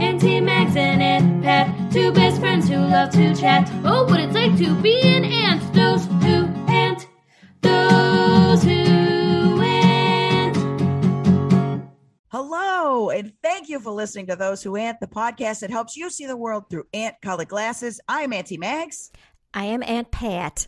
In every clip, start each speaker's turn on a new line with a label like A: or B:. A: Auntie Max and Aunt Pat, two best friends who love to chat. Oh, what it's like to be an ant, those who ant, those who ant.
B: Hello, and thank you for listening to Those Who Ant, the podcast that helps you see the world through ant colored glasses. I'm Auntie Mags.
C: I am Aunt Pat.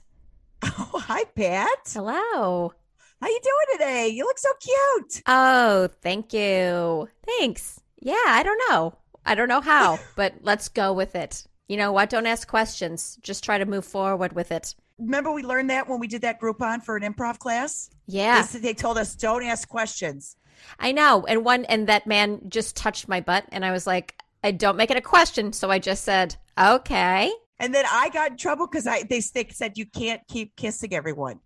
B: Oh, hi, Pat.
C: Hello.
B: How you doing today? You look so cute.
C: Oh, thank you. Thanks. Yeah, I don't know. I don't know how, but let's go with it. You know what? Don't ask questions. Just try to move forward with it.
B: Remember we learned that when we did that Groupon for an improv class?
C: Yeah,
B: They, said- they told us don't ask questions.
C: I know. And one, and that man just touched my butt, and I was like, I don't make it a question. So I just said, okay.
B: And then I got in trouble because I they, they said you can't keep kissing everyone.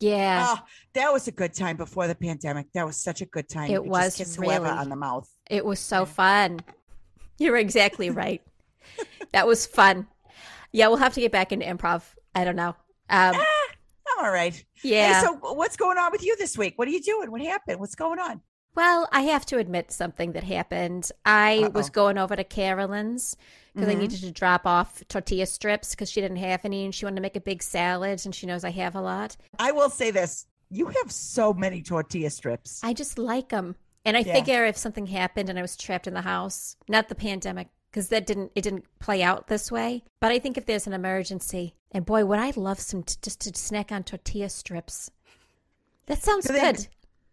C: Yeah,
B: Oh, that was a good time before the pandemic. That was such a good time.
C: It
B: You could
C: was
B: just kiss whoever
C: really.
B: on the mouth.
C: it was so fun. You're exactly right. that was fun. Yeah, we'll have to get back into improv. I don't know. Um,
B: I'm all right. Hey,
C: yeah.
B: so what's going on with you this week? What are you doing? What happened? What's going on?
C: Well, I have to admit something that happened. I was
B: Uh-oh.
C: going over to Carolyn's because
B: Mhm.
C: I needed to drop off tortilla strips because she didn't have any and she wanted to make a big salad and she knows I have a lot.
B: I will say this. You have so many tortilla strips.
C: I just like them. And I
B: Yeah.
C: figure if something happened and I was trapped in the house, not the pandemic because that didn't it didn't play out this way, but I think if there's an emergency, and boy, would I love some t- just to snack on tortilla strips. That sounds
B: Do they-
C: good.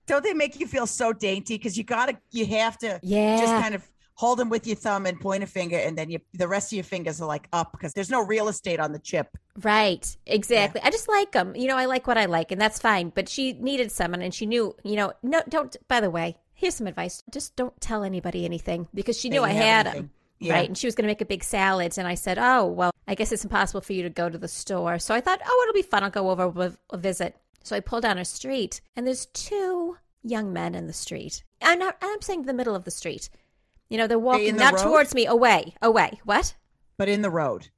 B: Don't they make you feel so dainty? Because you gotta, you have to
C: Yeah.
B: just kind of hold them with your thumb and point a finger, and then you, the rest of your fingers are like up because there's no real estate on the chip.
C: Right, exactly. I just like them. You know, I like what I like, and that's fine. But she needed someone, and she knew, you know, no, don't, by the way, here's some advice. Just don't tell anybody anything because she
B: that
C: knew
B: you
C: I
B: have
C: had
B: anything.
C: them.
B: Yeah.
C: Right. And she was going to make a big salad. And I said, Oh, well, I guess it's impossible for you to go to the store. So I thought, Oh, it'll be fun. I'll go over with a visit. So I pull down a street, and there's two young men in the street. I'm not, I'm saying the middle of the street. You know, they're walking
B: the
C: not
B: road?
C: towards me, away, away. What?
B: But in the road.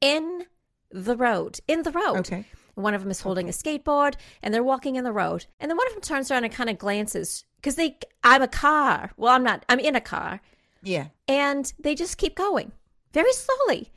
C: In the road, in the road.
B: Okay.
C: And One of them is holding a skateboard and they're walking in the road. And then one of them turns around and kind of glances because they, I'm a car. Well, I'm not, I'm in a car.
B: Yeah.
C: And they just keep going very slowly.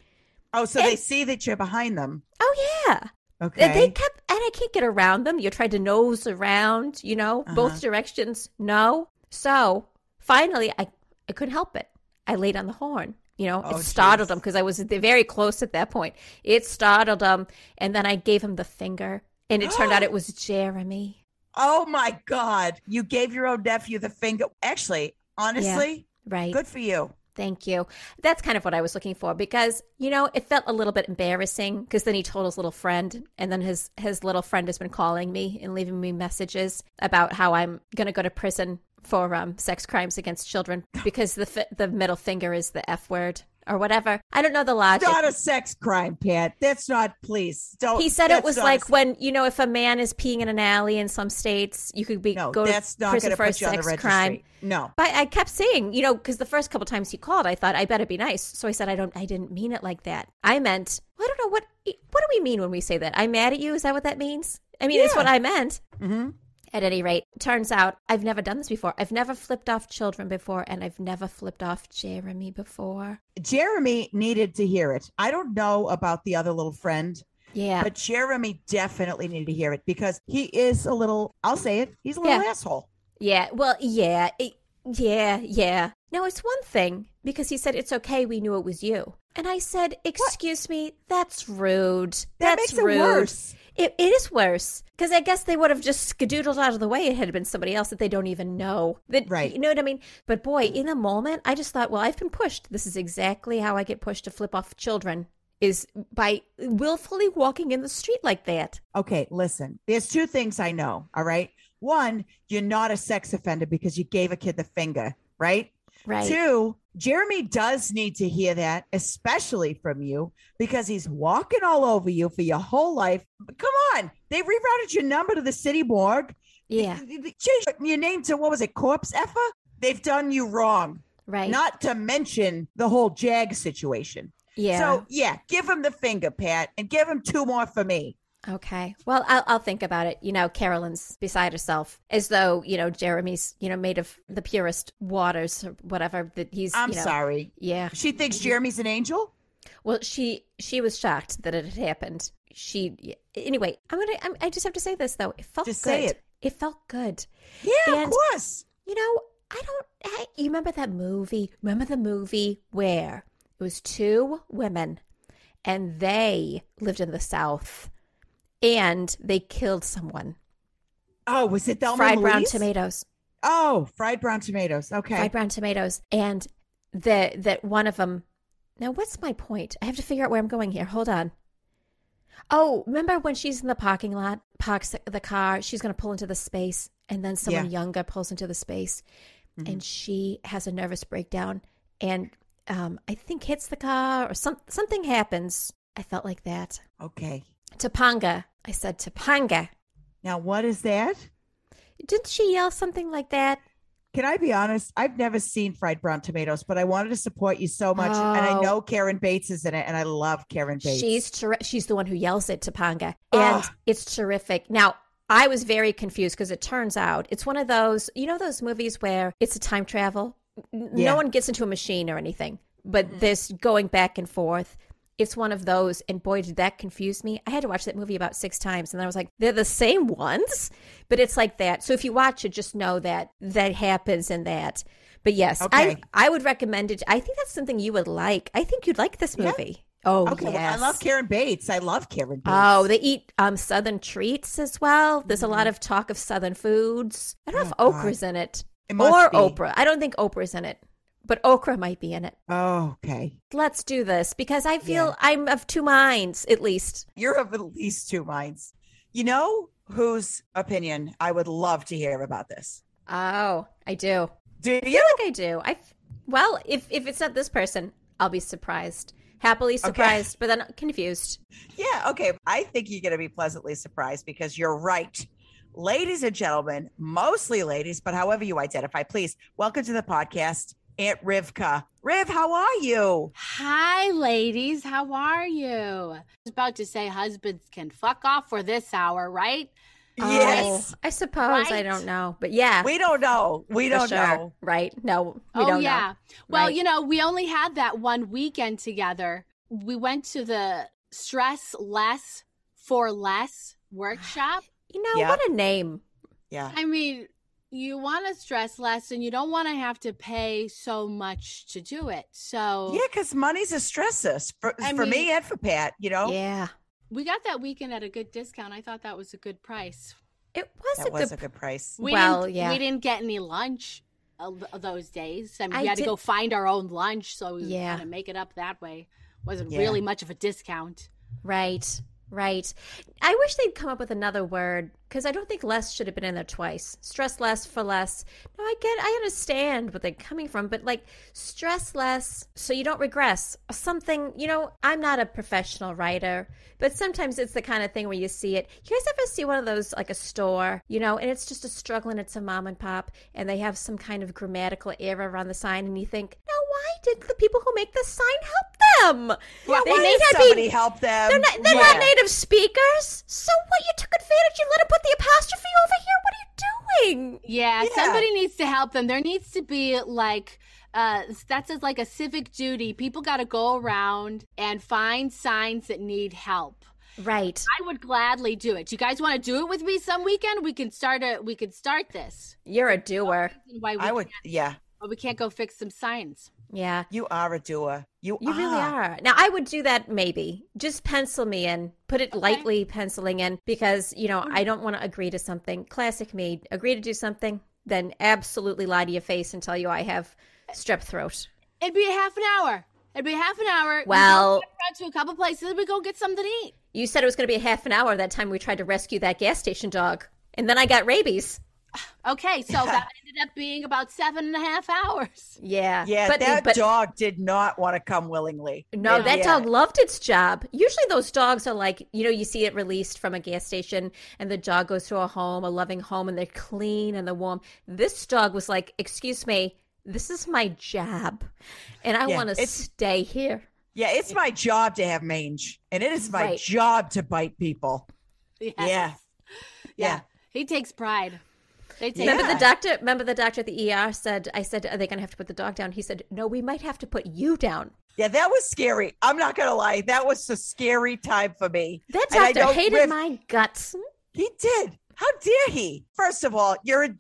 B: Oh, so they
C: And-
B: see that you're behind them.
C: Oh, yeah.
B: Okay.
C: And They kept, and I can't get around them. You tried to nose around, you know,
B: Uh-huh.
C: both directions. No. So finally, I, I couldn't help it. I laid on the horn. You know,
B: Oh,
C: it startled
B: jeez.
C: them because I was very close at that point. It startled them. And then I gave him the finger. And it turned out it was Jeremy.
B: oh my God. You gave your own nephew the finger. Actually, honestly,
C: Right.
B: good for you.
C: Thank you. That's kind of what I was looking for because, you know, it felt a little bit embarrassing because then he told his little friend and then his his little friend has been calling me and leaving me messages about how I'm going to go to prison for um, sex crimes against children because the fi- the middle finger is the F word or whatever. I don't know the logic.
B: Not a sex crime, Pat. That's not, please. Don't.
C: He said it
B: that's
C: was
B: not a
C: like
B: sex-
C: when, you know, if a man is peeing in an alley in some states, you could be
B: no,
C: go
B: that's
C: to
B: not going
C: prison
B: to
C: for a
B: put you on the
C: sex
B: registry.
C: crime.
B: No.
C: But I kept saying, you know, because the first couple times he called, I thought I better be nice. So I said, I don't, I didn't mean it like that. I meant, I don't know what, what do we mean when we say that? I'm mad at you. Is that what that means? I mean, it's
B: Yeah.
C: what I meant.
B: hmm
C: At any rate, turns out I've never done this before. I've never flipped off children before, and I've never flipped off Jeremy before.
B: Jeremy needed to hear it. I don't know about the other little friend,
C: Yeah,
B: but Jeremy definitely needed to hear it because he is a little, I'll say it, he's a little asshole.
C: yeah. Well, yeah, it- yeah, yeah. No, it's one thing because he said it's okay. We knew it was you, and I said, "Excuse me, that's rude.
B: That
C: that's
B: makes it
C: rude.
B: worse.
C: It, it is worse because I guess they would have just skedoodled out of the way. It had been somebody else that they don't even know. That,
B: Right.
C: You know what I mean? But boy, in the moment, I just thought, well, I've been pushed. This is exactly how I get pushed to flip off children is by willfully walking in the street like that.
B: Okay, listen, there's two things I know. All right. One, you're not a sex offender because you gave a kid the finger, right?
C: Right.
B: Two, Jeremy does need to hear that, especially from you, because he's walking all over you for your whole life. Come on. They rerouted your number to the city morgue.
C: Yeah.
B: They- they Changed your name to what was it, Corpse Effa? They've done you wrong,
C: Right.
B: not to mention the whole Jag situation.
C: yeah.
B: So, yeah, give him the finger, Pat, and give him two more for me.
C: Okay. Well, I'll, I'll think about it. You know, Carolyn's beside herself, as though you know Jeremy's you know made of the purest waters or whatever that he's.
B: I'm
C: you know- Mm-hmm.
B: sorry.
C: Yeah.
B: She thinks Jeremy's an angel.
C: Well, she she was shocked that it had happened. She anyway. I'm gonna. I'm, I just have to say this though. It felt
B: Just
C: good.
B: say it.
C: It felt good.
B: Yeah, of
C: And-
B: course.
C: You know, I don't. I, you remember that movie? Remember the movie where it was two women and they lived in the South and they killed someone.
B: Oh, was it Thelma
C: fried
B: and
C: brown
B: Louise?
C: tomatoes.
B: Oh, fried brown tomatoes. Okay.
C: Fried brown tomatoes. And the that one of them. Now, what's my point? I have to figure out where I'm going here. Hold on. Oh, remember when she's in the parking lot, parks the car, she's going to pull into the space, and then someone
B: Yeah. Mm-hmm.
C: younger pulls into the space, and she has a nervous breakdown, and um, I think hits the car or some, something happens. I felt like that.
B: okay.
C: Topanga. I said Topanga.
B: Now, what is that?
C: Didn't she yell something like that?
B: Can I be honest? I've never seen fried brown tomatoes, but I wanted to support you so much. And I
C: Oh.
B: know Karen Bates is in it, and I love Karen Bates.
C: She's ter- she's the one who yells at Topanga, and
B: Ugh.
C: it's terrific. Now I was very confused because it turns out it's one of those you know those movies where it's a time travel. N-
B: Yeah.
C: No one gets into a machine or anything, but this going back and forth. It's one of those, and boy, did that confuse me. I had to watch that movie about six times, and then I was like, they're the same ones, but it's like that. So if you watch it, just know that that happens and that. But yes,
B: Okay.
C: I I would recommend it. I think that's something you would like. I think you'd like this movie. Oh,
B: okay. well, I
C: yes.
B: love Karen Bates. I love Karen Bates.
C: Oh, they eat um, southern treats as well. There's a lot of talk of southern foods. I don't know
B: Mm-hmm. Oh,
C: if
B: God.
C: Okra's in it,
B: It must
C: or
B: be.
C: Oprah. I don't think Oprah's in it, but Okra might be in it.
B: Oh, okay.
C: Let's do this because I feel I'm of two minds at least.
B: You're of at least two minds. You know whose opinion I would love to hear about this?
C: Oh, I do.
B: Do
C: I
B: you?
C: think I do. I f- well, if if it's not this person, I'll be surprised, happily surprised, but then confused.
B: Yeah. Okay. I think you're going to be pleasantly surprised because you're right. Ladies and gentlemen, mostly ladies, but however you identify, please welcome to the podcast, Aunt Rivka. Riv, how are
C: Oh,
B: you?
A: Hi, ladies. How are you? I was about to say husbands can fuck off for this hour, right?
B: Yes.
C: Oh, I suppose I
A: Right?
C: don't know, but yeah,
B: We don't know. We
C: for
B: don't
C: sure.
B: know.
C: Right? No, we
A: oh,
C: don't know.
A: yeah. Well,
C: Right.
A: you know, we only had that one weekend together. We went to the Stress Less for Less workshop.
C: You know
B: Yeah.
C: what a name.
B: Yeah.
A: I mean, you want to stress less and you don't want to have to pay so much to do it. So
C: Oh.
B: Yeah, because money's a stressor for,
A: I
B: for
A: mean-
B: me and for Pat, you know?
C: Yeah.
A: we got that weekend at a good discount. I thought that was a good price.
C: It was a
B: That was
C: good.
B: a good price.
A: We
C: Well,
A: didn't,
C: yeah.
A: We didn't get any lunch uh, th- those days. I mean, we
C: I
A: had to
C: did-
A: go find our own lunch. So we
C: Yeah.
A: yeah. kind of make it up that way. Wasn't
B: Yeah.
A: really much of a discount.
C: right. Right. I wish they'd come up with another word because I don't think less should have been in there twice. Stress less for less. No, I get, I understand what they're coming from, but like stress less so you don't regress. Or Something, you know, I'm not a professional writer, but sometimes it's the kind of thing where you see it. You guys ever see one of those, like a store, you know, and it's just a struggle and it's a mom and pop and they have some kind of grammatical error on the sign and you think, now why did the people who make this sign help them?
B: Yeah,
C: they
B: why
C: may
B: did
C: not be-
B: somebody help them?
C: They're not, they're not
B: Yeah.
C: native speakers. So what? You took advantage. You let him put the apostrophe over here. What are you doing?
A: Yeah,
B: Yeah.
A: somebody needs to help them. There needs to be like uh that's just like a civic duty. People got to go around and find signs that need help.
C: Right.
A: I would gladly do it. Do you guys want to do it with me some weekend? We can start a we can start this.
C: You're a doer.
A: Why we,
B: I would, yeah.
A: why we can't go fix some signs.
C: Yeah.
B: You are a doer. You,
C: You
B: are.
C: really are. Now I would do that maybe. Just pencil me in. Put it lightly penciling in because, you know, I don't want to agree to something. Classic me. Agree to do something, then absolutely lie to your face and tell you I have strep throat.
A: It'd be a half an hour. It'd be half an hour. We'd go
C: Well-
A: walk around to a couple places. We go get something to eat.
C: You said it was going to be a half an hour that time we tried to rescue that gas station dog. And then I got rabies.
A: Okay, so that ended up being about seven and a half hours.
C: Yeah.
B: Yeah,
C: but,
B: that
C: but
B: dog did not want to come willingly.
C: No,
A: Yeah.
C: that
B: Yeah.
C: dog loved its job. Usually, those dogs are like, you know, you see it released from a gas station and the dog goes to a home, a loving home, and they're clean and they're warm. This dog was like, Excuse me, this is my job and I
B: Yeah,
C: want to
B: it's-
C: stay here.
B: Yeah, it's my job to have mange, and it is my
C: Right.
B: job to bite people.
A: Yes.
B: Yeah.
A: Yeah. He takes pride. They take
C: Remember
B: Yeah.
C: the doctor? Remember the doctor at the ER said, "I said, are they going to have to put the dog down?" He said, "No, we might have to put you down."
B: Yeah, that was scary. I'm not gonna lie. That was a scary time for me.
C: That
B: And I
C: doctor
B: don't
C: hated
B: riff-
C: my guts.
B: He did. How dare he? First of all, you're a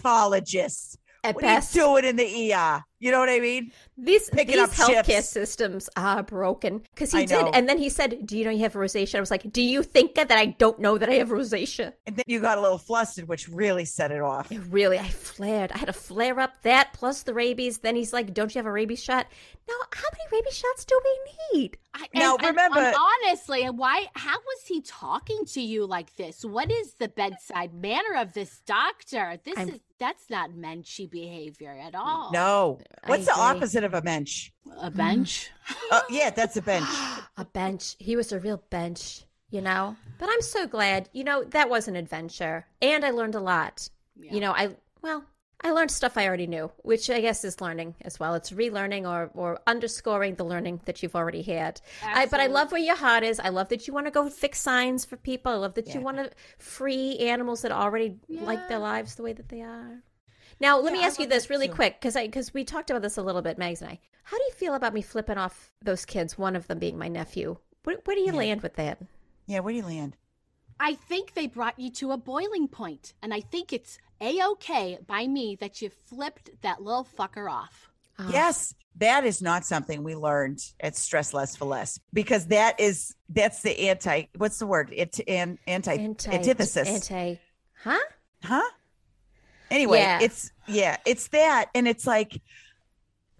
B: dermatologist.
C: At
B: What
C: best,
B: are you doing in the ER? You know what I mean?
C: these
B: picking
C: these
B: up
C: healthcare
B: shifts?
C: systems are broken because he
B: I
C: did,
B: know.
C: and then he said, "Do you know you have rosacea?" I was like, "Do you think that I don't know that I have rosacea?"
B: And then you got a little flustered, which really set it off.
C: It really, I flared. I had a flare up that plus the rabies. Then he's like, "Don't you have a rabies shot?" Now, how many rabies shots do we need?
A: I,
B: Now, remember-
A: honestly, why? How was he talking to you like this? What is the bedside manner of this doctor? This
C: I'm-
A: is that's not menschy behavior at all.
B: No.
C: I
B: What's the
C: agree.
B: opposite of a bench?
A: a bench.
B: Oh, yeah, that's a bench.
C: a bench. He was a real bench, you know? But I'm so glad. You know, that was an adventure. And I learned a lot. You know, I, well, I learned stuff I already knew, which I guess is learning as well. It's relearning or, or underscoring the learning that you've already had. I, but I
A: Absolutely.
C: love where your heart is. I love that you want to go fix signs for people. I love that you
B: Yeah.
C: want to free animals that already like their
A: Yeah.
C: lives the way that they are. Now, let
B: Yeah,
C: me
B: I
C: ask you
B: love
C: this
B: that
C: really
B: too.
C: quick because I because we talked about this a little bit, Mags and I. How do you feel about me flipping off those kids? One of them being my nephew. Where, where do you
B: Yeah.
C: land with that?
B: Yeah, where do you land?
A: I think they brought you to a boiling point, and I think it's a okay by me that you flipped that little fucker off.
C: Oh,
B: Yes, that is not something we learned at Stress Less for Less because that is that's the anti. What's the word? It an, anti,
C: Anti.
B: antithesis,
C: Anti. Huh?
B: huh? Anyway,
C: Yeah.
B: it's yeah, it's that, and it's like,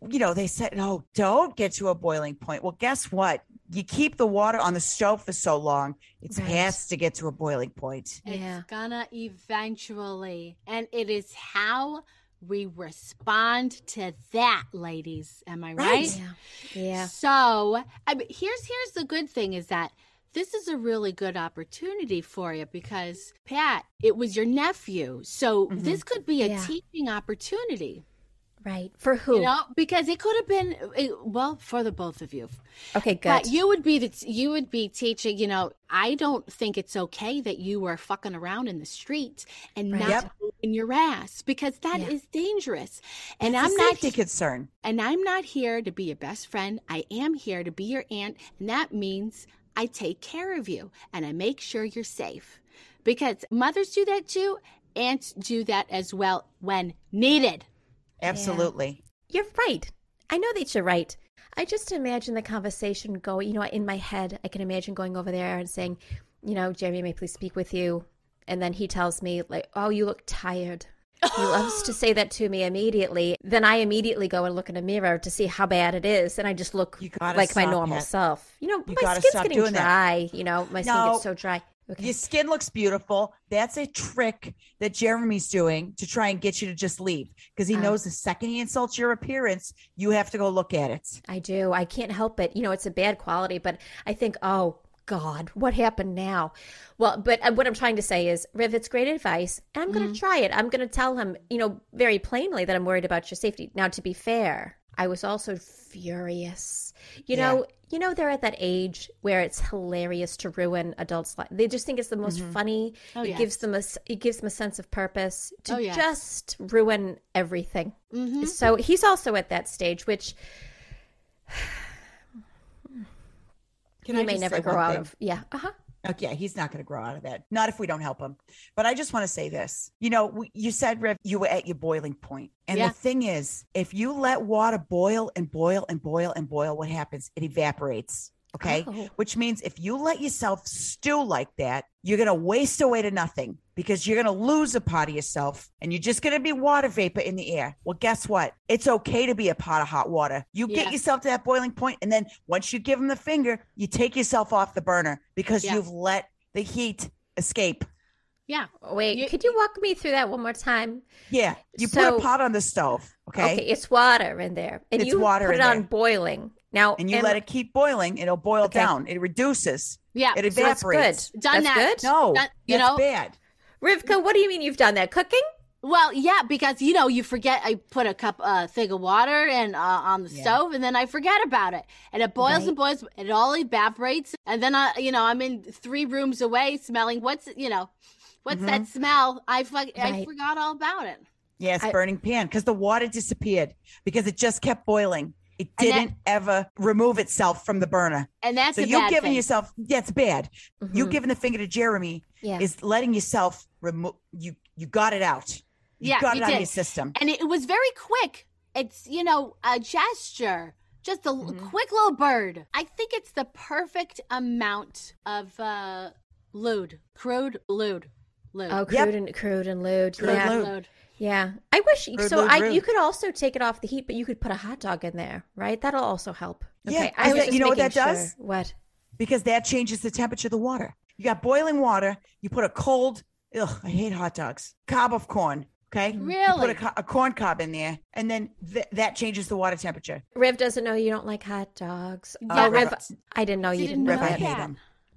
B: you know, they said, no, don't get to a boiling point. Well, guess what? You keep the water on the stove for so long, it's
C: Right.
B: has to get to a boiling point.
C: Yeah.
A: It's gonna eventually. And it is how we respond to that, ladies. Am I
B: Right.
A: right?
C: Yeah. Yeah.
A: So I mean, here's here's the good thing is that this is a really good opportunity for you because Pat, it was your nephew, so
B: Mhm.
A: this could be a
C: Mm-hmm. Yeah.
A: teaching opportunity.
C: Right. For who?
A: You know, because it could have been it- well for the both of you.
C: okay. Good.
A: Pat, you would be the you would be teaching. You know, I don't think it's okay that you were fucking around in the street and
C: Right.
A: not
B: Yep.
A: moving your ass because that is
C: Yeah.
A: dangerous. And
B: It's a
A: I'm not
B: safety concern.
A: and I'm not here to be your best friend. I am here to be your aunt, and that means I take care of you and I make sure you're safe. Because mothers do that too, aunts do that as well when needed.
B: Absolutely.
C: You're right. I know that you're right. I just imagine the conversation going, you know, in my head, I can imagine going over there and saying, you know, Jeremy, may I please speak with you? And then he tells me, like, oh, you look tired. He loves to say that to me immediately. Then I immediately go and look in a mirror to see how bad it is. And I just look
B: You gotta
C: like my
B: stop
C: normal
B: that.
C: self. You know,
B: You
C: my
B: gotta
C: skin's
B: stop
C: getting
B: doing that.
C: dry. You know, my skin
B: No.
C: gets so dry. Okay.
B: Your skin looks beautiful. That's a trick that Jeremy's doing to try and get you to just leave because he
C: Oh.
B: knows the second he insults your appearance, you have to go look at it.
C: I do. I can't help it. You know, it's a bad quality, but I think, oh God, what happened now? Well, but uh, what I'm trying to say is, Riv, it's great advice, and I'm
A: Mm.
C: going to try it. I'm going to tell him, you know, very plainly that I'm worried about your safety. Now, to be fair, I was also furious.
B: Yeah.
C: You know, you know, they're at that age where it's hilarious to ruin adults' life. They just think it's the most funny.
A: Oh,
C: it
A: yes.
C: gives them a s- it gives them a sense of purpose to
A: Oh, yes.
C: just ruin everything.
A: Mm-hmm.
C: So he's also at that stage, which
B: Can
C: he
B: I
C: may
B: just
C: never
B: say
C: grow
B: one
C: out
B: thing?
C: of. Yeah. Uh huh.
B: Okay, he's not going to grow out of that. Not if we don't help him. But I just want to say this. You know, w- you said, Rev, you were at your boiling point. And
A: Yeah.
B: the thing is, if you let water boil and boil and boil and boil, what happens? It evaporates. Okay.
C: Oh.
B: Which means if you let yourself stew like that, you're going to waste away to nothing because you're going to lose a part of yourself and you're just going to be water vapor in the air. Well, guess what? It's okay to be a pot of hot water. You
A: Yeah.
B: get yourself to that boiling point, And then once you give them the finger, you take yourself off the burner because
A: Yeah.
B: you've let the heat escape.
A: Yeah.
C: Oh, Wait,
A: You-
C: could you walk me through that one more time?
B: Yeah. You put
C: So-
B: a pot on the stove. Okay.
C: it's water in there, and
B: It's
C: you
B: water
C: put it
B: in
C: on
B: there.
C: boiling now,
B: And you
C: am-
B: let it keep boiling. It'll boil
C: Okay.
B: down. It reduces.
A: Yeah.
B: It
C: So that's
B: evaporates.
C: good.
A: Done
C: that's
A: that.
C: good.
B: No,
A: That- you
B: that's
A: know-
B: bad.
C: Rivka, what do you mean you've done that? Cooking?
A: Well, yeah, because you know you forget. I put a cup, a uh, thing of water, and uh, on the
B: Yeah.
A: stove, and then I forget about it, and it boils and boils. It all evaporates, and then I, you know, I'm in three rooms away, smelling what's, you know, what's that smell? I fuck, I
C: Right.
A: forgot all about it.
B: Yes,
C: I-
B: burning pan because the water disappeared because it just kept boiling. It
A: And that-
B: didn't ever remove itself from the burner.
A: And that's
B: So
A: a
B: you've
A: bad
B: given
A: thing. Mm-hmm.
B: yourself that's bad. You
C: Mhm.
B: giving the finger to Jeremy
C: yeah.
B: is letting yourself remove you you got it out. You
A: Yeah,
B: got
A: you
B: it out
A: did.
B: of your system.
A: and it, it was very quick. It's you know a gesture, just a l- quick little bird. I think it's the perfect amount of uh, lewd, crude, lewd, lewd,
C: Oh, crude
B: Yep.
C: and crude and lewd.
B: Crude,
C: yeah.
B: lewd.
C: Yeah. I wish
B: Crude,
C: so
B: lewd,
C: I
B: rude.
C: you could also take it off the heat, but you could put a hot dog in there, right? That'll also help.
B: Yeah,
C: Okay.
B: is
C: I was
B: that-
C: just
B: you know what
C: making
B: that does?
C: sure. What?
B: because that changes the temperature of the water. You got boiling water. You put a cold. Ugh, I hate hot dogs. Cob of corn. Okay, You put
A: Really?
B: a, co- a corn cob in there, and then th- that changes the water temperature.
C: Riv doesn't know you don't like hot dogs.
A: Yeah,
C: oh, Riv,
B: Riv-
C: I didn't know
A: She
C: you didn't
A: didn't
B: Rev,
C: know
B: I
A: know
C: that.
B: hate
A: that.
B: them.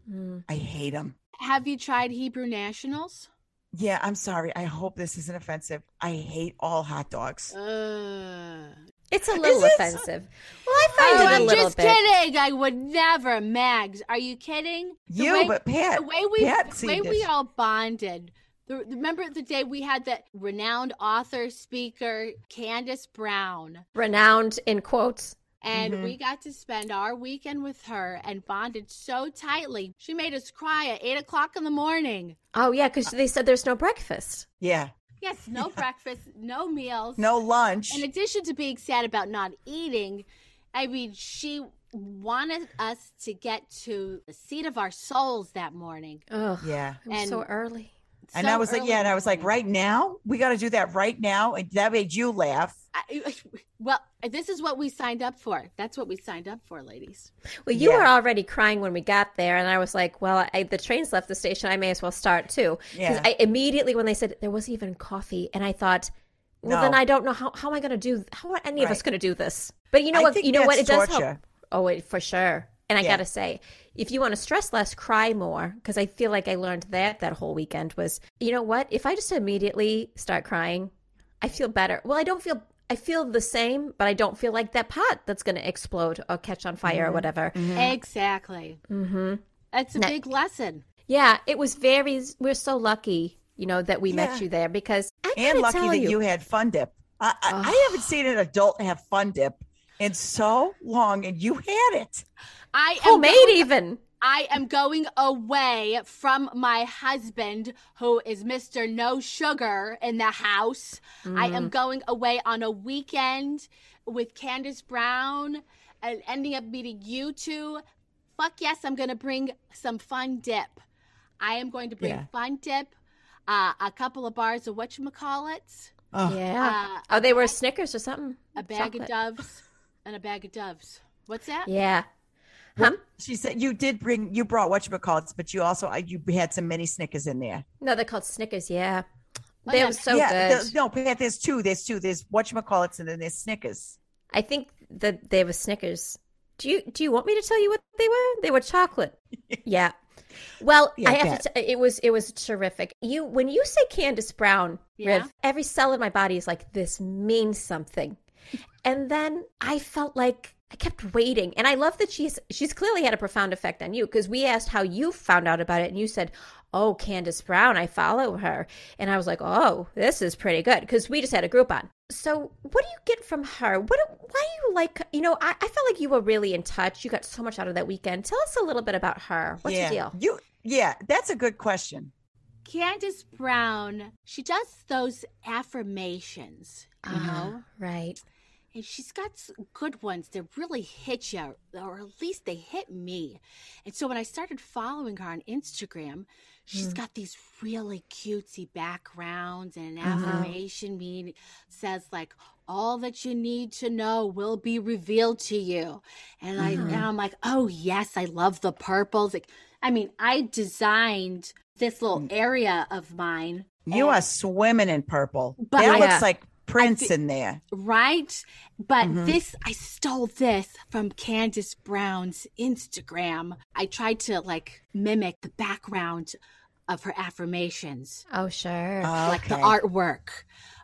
C: Mm.
B: I hate them.
A: Have you tried Hebrew Nationals?
B: Yeah, I'm sorry. I hope this isn't offensive. I hate all hot dogs.
A: Uh,
C: It's a little
B: it?
C: offensive. Well, I find
A: oh,
C: it a
A: I'm
C: little
A: just
C: bit.
A: kidding. I would never, Mags. Are you kidding? The
B: you,
A: way-
B: but Pat,
A: the way we
B: Pat
A: the way
B: seen
A: we
B: this.
A: all bonded. The, remember the day we had that renowned author speaker Candace Brown,
C: Renowned in quotes.
A: and
B: Mhm.
A: we got to spend our weekend with her and bonded so tightly. She made us cry at eight o'clock in the morning.
C: Oh yeah, because they said there's no breakfast.
B: yeah,
A: Yes, no breakfast, no meals,
B: no lunch.
A: in addition to being sad about not eating, I mean, she wanted us to get to the seat of our souls that morning.
C: Oh,
B: yeah.
C: it was so
A: And-
C: early.
B: And
A: So
B: I was like,
A: early
B: yeah,
A: in
B: and I
A: the
B: was like,
A: morning.
B: right now, we got to do that right now. And that made you laugh.
A: I, well, this is what we signed up for. That's what we signed up for, ladies.
C: Well, you
B: Yeah.
C: were already crying when we got there, and I was like, "Well, I, the train's left the station. I may as well start too." 'Cause
B: Yeah.
C: I immediately when they said there wasn't even coffee, and I thought, "Well, then
B: No.
C: I don't know how how am I going to do how are any of us
B: Right.
C: going to do this?" But you know
B: I
C: what?
B: think
C: You know what? It
B: that's
C: does help.
B: torture.
C: Oh, it, for sure. And I
B: Yeah.
C: gotta say, if you want to stress less, cry more. Because I feel like I learned that that whole weekend was, you know what? If I just immediately start crying, I feel better. Well, I don't feel. I feel the same, but I don't feel like that pot that's going to explode or catch on fire or whatever.
A: Mm-hmm. Exactly. Mm-hmm. That's a big lesson.
C: Yeah, it was very. We're so lucky, you know, that we
B: Yeah.
C: met you there because I
B: And
C: gotta
B: lucky
C: tell
B: that
C: you,
B: you had fun dip. I, I, I haven't seen an adult have fun dip in so long, and you had it.
A: I am
C: homemade
A: going-
C: even.
A: I am going away from my husband, who is Mr. No Sugar in the house. I
C: Mm.
A: am going away on a weekend with Candace Brown and ending up meeting you two. Fuck yes, I'm going to bring some fun dip. I am going to bring
B: Yeah.
A: fun dip, uh, a couple of bars of whatchamacallit,
B: Oh,
C: Yeah.
A: Uh,
C: oh, they were Snickers or something.
A: a bag
C: Chocolate.
A: of doves, and a bag of doves. What's that?
C: Yeah. Huh?
B: She said you did bring you brought whatchamacallits, but you also I- you had some mini Snickers in there.
C: No, they're called Snickers. Yeah.
A: Oh,
C: They
A: yeah.
C: were so
B: yeah,
C: good.
B: the- no, Pat, there's two. There's two. There's whatchamacallits and then there's Snickers.
C: I think that they were Snickers. Do you do you want me to tell you what they were? They were chocolate. yeah. Well,
B: Yeah,
C: I have to. T- it was it was terrific. You when you say Candace Brown,
A: Yeah.
C: Riv, every cell in my body is like this means something, and then I felt like I kept waiting, and I love that she's she's clearly had a profound effect on you because we asked how you found out about it, and you said. Oh, Candace Brown, I follow her. And I was like, oh, this is pretty good because we just had a group on. So, what do you get from her? What? do- Why do you like? You know, I, I felt like you were really in touch. You got so much out of that weekend. Tell us a little bit about her. What's
B: yeah.
C: the deal?
B: You yeah, that's a good question.
A: Candace Brown, she does those affirmations,
B: Uh-huh.
A: you know,
C: Right.
A: and she's got s- good ones that really hit you, or at least they hit me. And so when I started following her on Instagram, she's got these really cutesy backgrounds and an affirmation meaning says like all that you need to know will be revealed to you. And I and I'm like, oh yes, I love the purples. Like, I mean, I designed this little area of mine
B: You are swimming in purple.
A: But-
B: that
C: Yeah.
B: looks like Prince in there.
A: right? But
B: Mm-hmm.
A: this, I stole this from Candace Brown's Instagram. I tried to like mimic the background of her affirmations,
C: Oh, sure.
B: Uh,
A: like the
B: Okay.
A: artwork.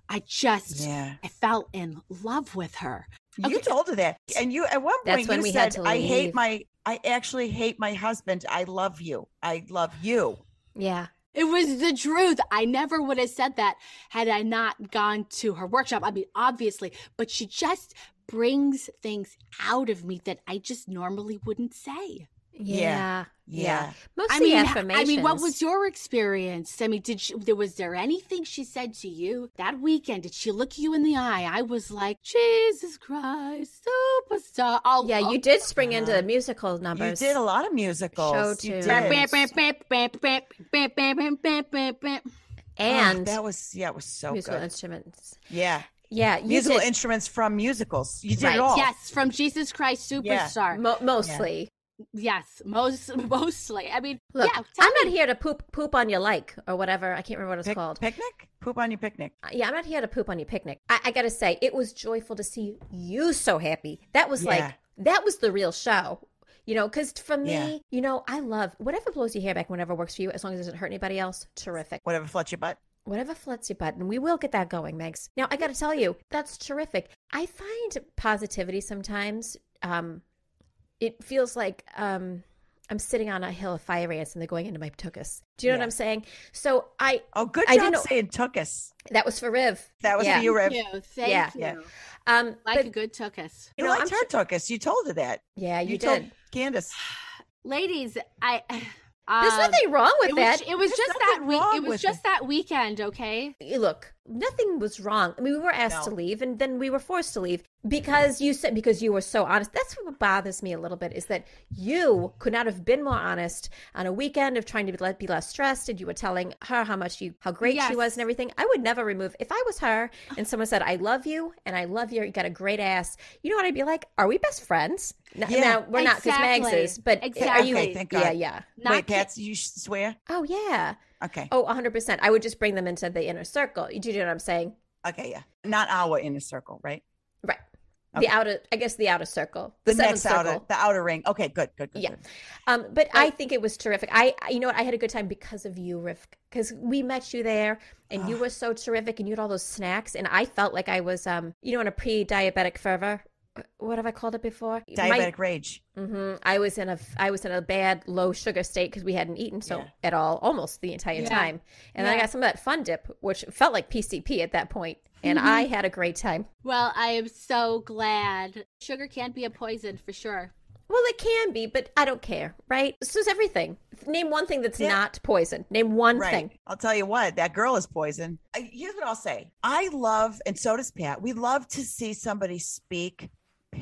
A: I just,
B: Yeah.
A: I fell in love with her. Okay.
B: You told her that. And you at one
C: That's
B: point
C: when
B: you
C: we had
B: said,
C: to
B: I hate
C: leave.
B: my I actually hate my husband. I love you. I love you.
C: yeah.
A: It was the truth. I never would have said that had I not gone to her workshop. I mean, obviously, but she just brings things out of me that I just normally wouldn't say.
C: Yeah. Yeah.
B: Yeah.
C: Mostly
A: I mean,
C: affirmations.
A: I mean, what was your experience? I mean, did she, there was there anything she said to you that weekend? Did she look you in the eye? I was like, Jesus Christ, superstar. All,
C: Yeah,
A: all-
C: you did spring into
B: Uh-huh.
C: musical numbers.
B: You did a lot of musicals.
C: Show
B: You
C: tunes.
A: Bam,
B: did.
A: bam, bam, bam, bam, bam, bam, bam, bam, bam, bam, bam.
B: Oh,
C: and
B: that was yeah, it was so
C: musical
B: good.
C: instruments.
B: yeah.
C: Yeah, you
B: musical
C: did
B: instruments from musicals. You did
C: Right,
B: it all.
A: Yes, from Jesus Christ
B: Yeah.
A: Superstar.
C: mo- mostly.
A: Yes, most mostly. I mean,
C: Look,
A: yeah, tell
C: I'm not
A: me.
C: here to poop poop on your like or whatever. I can't remember what it's
B: Pic-
C: called.
B: Picnic? Poop on your picnic.
C: Uh, yeah, I'm not here to poop on your picnic. I, I gotta say, it was joyful to see you so happy. That was
B: Yeah.
C: like that was the real show. You know, because for me,
B: Yeah.
C: you know, I love whatever blows your hair back, whenever works for you, as long as it doesn't hurt anybody else. Terrific.
B: Whatever flutch your butt.
C: Whatever floods your butt, and we will get that going, Megs. Now, I got to tell you, that's terrific. I find positivity sometimes. Um, it feels like um, I'm sitting on a hill of fire ants, and they're going into my tuchus. Do you know what
B: Yeah.
C: I'm saying? So I
B: Oh, good
C: I
B: job
C: didn't-
B: saying took us.
C: that was for Riv.
B: That was
C: Yeah.
B: for you, Rev.
A: Thank you. Thank
C: Yeah.
A: you.
B: Yeah.
C: Um,
A: Like
C: but-
A: a good took us.
B: You
C: No,
B: liked
C: I'm
B: her took us. You told her that.
C: yeah, you,
B: told
C: did.
B: Candace.
A: Ladies, I
C: There's
A: um,
C: nothing wrong with
A: it
C: that.
A: was, it was
B: There's
A: just that
B: nothing
A: week.
B: wrong
A: It was
B: with
A: just
B: it.
A: that weekend, okay?
C: You Look, nothing was wrong. I mean, we were asked to
B: No.
C: leave, and then we were forced to leave because you said because you were so honest. That's what bothers me a little bit is that you could not have been more honest on a weekend of trying to be, le- be less stressed, and you were telling her how much you how great
A: Yes.
C: she was and everything. I would never remove if I was her, and someone said, "I love you," and I love you. You got a great ass. You know what I'd be like? Are we best friends? No,
B: Yeah.
C: no, we're not because Mags
A: Exactly.
C: is, but are you?
A: Exactly. Okay,
B: thank
C: yeah,
B: God.
C: yeah.
A: Not
B: Wait,
A: ki-
B: Pat, you sh- swear?
C: Oh yeah.
B: Okay.
C: Oh, 100%. I would just bring them into the inner circle. You do know what I'm saying?
B: Okay, yeah. Not our inner circle, right?
C: Right.
B: Okay.
C: The outer, I guess the outer circle, the,
B: The,
C: seventh
B: next
C: circle.
B: outer, the outer ring. Okay, good, good, good.
C: Yeah.
B: good.
C: Um, but I think it was terrific. I, I- you know what? I had a good time because of you, Rivk, because we met you there and you
B: Ah.
C: were so terrific and you had all those snacks. And I felt like I was, um, you know, in a pre diabetic fervor. Uh, What have I called it before? My-
B: Diabetic rage.
C: hmm I was in a I was in a bad low sugar state because we hadn't eaten so
B: Yeah.
C: at all almost the entire
A: Yeah.
C: time, and then
A: Yeah.
C: I got some of that fun dip, which felt like PCP at that point, and
B: Mm-hmm.
C: I had a great time.
A: Well, I am so glad. Sugar can be a poison for sure.
C: Well, it can be, but I don't care, right? So is everything. Name one thing that's
B: Yeah.
C: not poison. Name one
B: Right.
C: thing.
B: I'll tell you what, that girl is poison. I, here's what I'll say I love, and so does Pat, we love to see somebody speak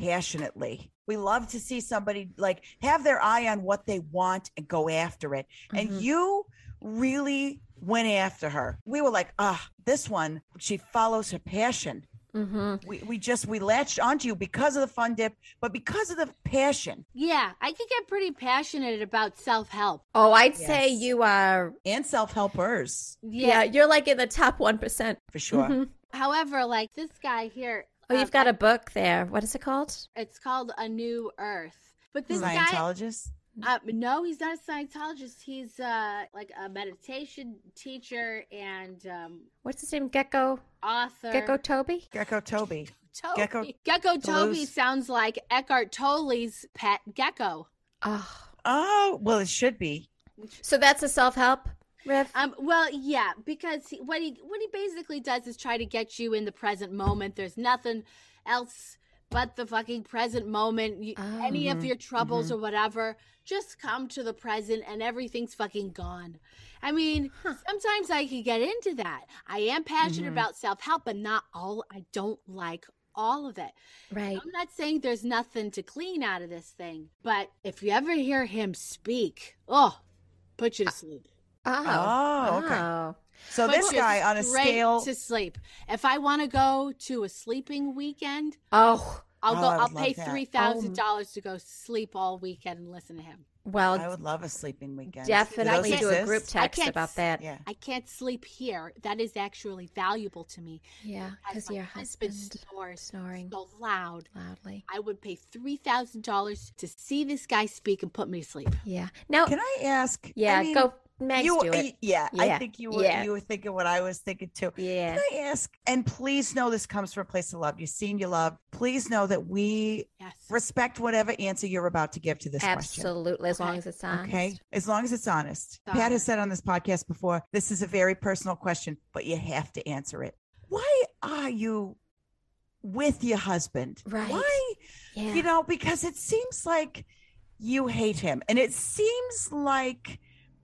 B: passionately. We love to see somebody like have their eye on what they want and go after it.
C: Mhm.
A: Mm-hmm.
B: And you really went after her. We were like, ah, this one, she follows her passion.
C: Mm-hmm.
B: We, we just, we latched onto you because of the fun dip, but because of the passion
A: Yeah, I can get pretty passionate about self help.
C: Oh, I'd say
B: Yes.
C: you are.
B: and self helpers
C: Yeah.
A: Yeah.
C: you're like in the top one percent. Mm-hmm.
B: for sure.
A: Mm-hmm.
B: Uh,
A: However, like this guy here.
C: Oh,
A: um,
C: you've got a book there. What is it called?
A: It's called A New Earth. But this guy
B: Scientologist.
A: Uh, no, he's not a Scientologist. He's uh, like a meditation teacher and um,
C: What's his name? Gecko.
A: author.
C: Gecko Toby.
B: Gecko Toby.
A: Toby. Gecko,
B: Gecko
A: Toby
B: Toulouse.
A: sounds like Eckhart Tolle's pet gecko.
C: Oh,
B: Oh, well, it should be.
C: so that's a self help, Riff.
A: Um, well, yeah, because he, what he what he basically does is try to get you in the present moment. There's nothing else but the fucking present moment. You,
C: Oh,
A: any of
B: Mhm,
A: your troubles or whatever, just come to the present and everything's fucking gone. I mean, sometimes I can get into that. I am passionate
B: Mhm.
A: about self help, but not all. I don't like all of it.
C: Right.
A: I'm not saying there's nothing to clean out of this thing, but if you ever hear him speak, oh, put you to sleep.
B: Oh, okay.
C: Oh.
B: So
A: Put
B: this
A: you
B: guy on a
A: straight
B: scale.
A: to sleep. If I want to go to a sleeping weekend,
C: Oh,
A: I'll
B: Oh,
A: go.
B: I would
A: I'll pay
B: love that.
A: three thousand dollars to go sleep all weekend and listen to him.
B: I
C: well,
B: would love a sleeping weekend.
C: definitely
A: those
C: do a group
B: exist?
A: I
C: text
A: can't
C: about
A: s-
C: that.
B: Yeah.
A: I can't sleep here. That is actually valuable to me.
C: Yeah,
A: As
C: because
A: my
C: your
A: husband
C: husband
A: snores
C: snoring
A: so loud.
C: loudly.
A: I would pay three thousand dollars to see this guy speak and put me to sleep.
C: Yeah. Now,
B: Can I ask? I
C: Oh. yeah,
B: mean,
C: go Megs
B: you,
C: do it.
B: yeah, I
C: Yeah.
B: think you were
C: Yeah.
B: you were thinking what I was thinking too.
C: yeah.
B: Can I ask? And please know this comes from a place of love. You've seen you love. Please know that we
A: Yes.
B: respect whatever answer you're about to give to this question.
C: Absolutely, as long
A: Okay.
C: as it's on.
B: Okay. As long as it's honest.
A: It's
B: Pat has
A: honest.
B: said on this podcast before, this is a very personal question, but you have to answer it. Why are you with your husband?
C: Right.
B: Why?
C: Yeah.
B: You know, because it seems like you hate him and it seems like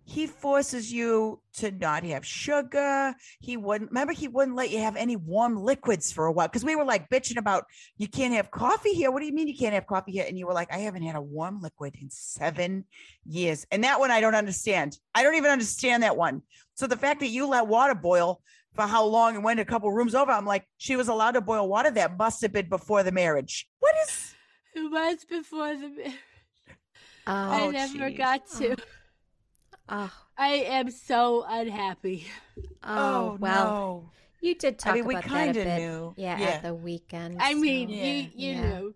B: he forces you to not have sugar. He wouldn't remember he wouldn't let you have any warm liquids for a while because we were like bitching about you can't have coffee here. What do you mean you can't have coffee here? And you were like, I haven't had a warm liquid in seven years. And that one I don't understand. I don't even understand that one. So the fact that you let water boil for how long and went a couple rooms over, I'm like, she was allowed to boil water. That must have been before the marriage. What is
A: It was before the marriage.
C: Oh,
A: I
B: Oh,
A: never
B: geez.
A: got to.
C: oh,
A: I am so unhappy.
C: oh,
B: oh,
C: well,
B: no.
C: you did
B: I
C: talk
B: mean, we
C: about that a
B: kind of
C: bit.
B: knew.
C: Yeah,
B: Yeah.
C: at the weekend.
A: I mean,
C: so-
B: Yeah.
A: you you
C: Yeah.
A: know,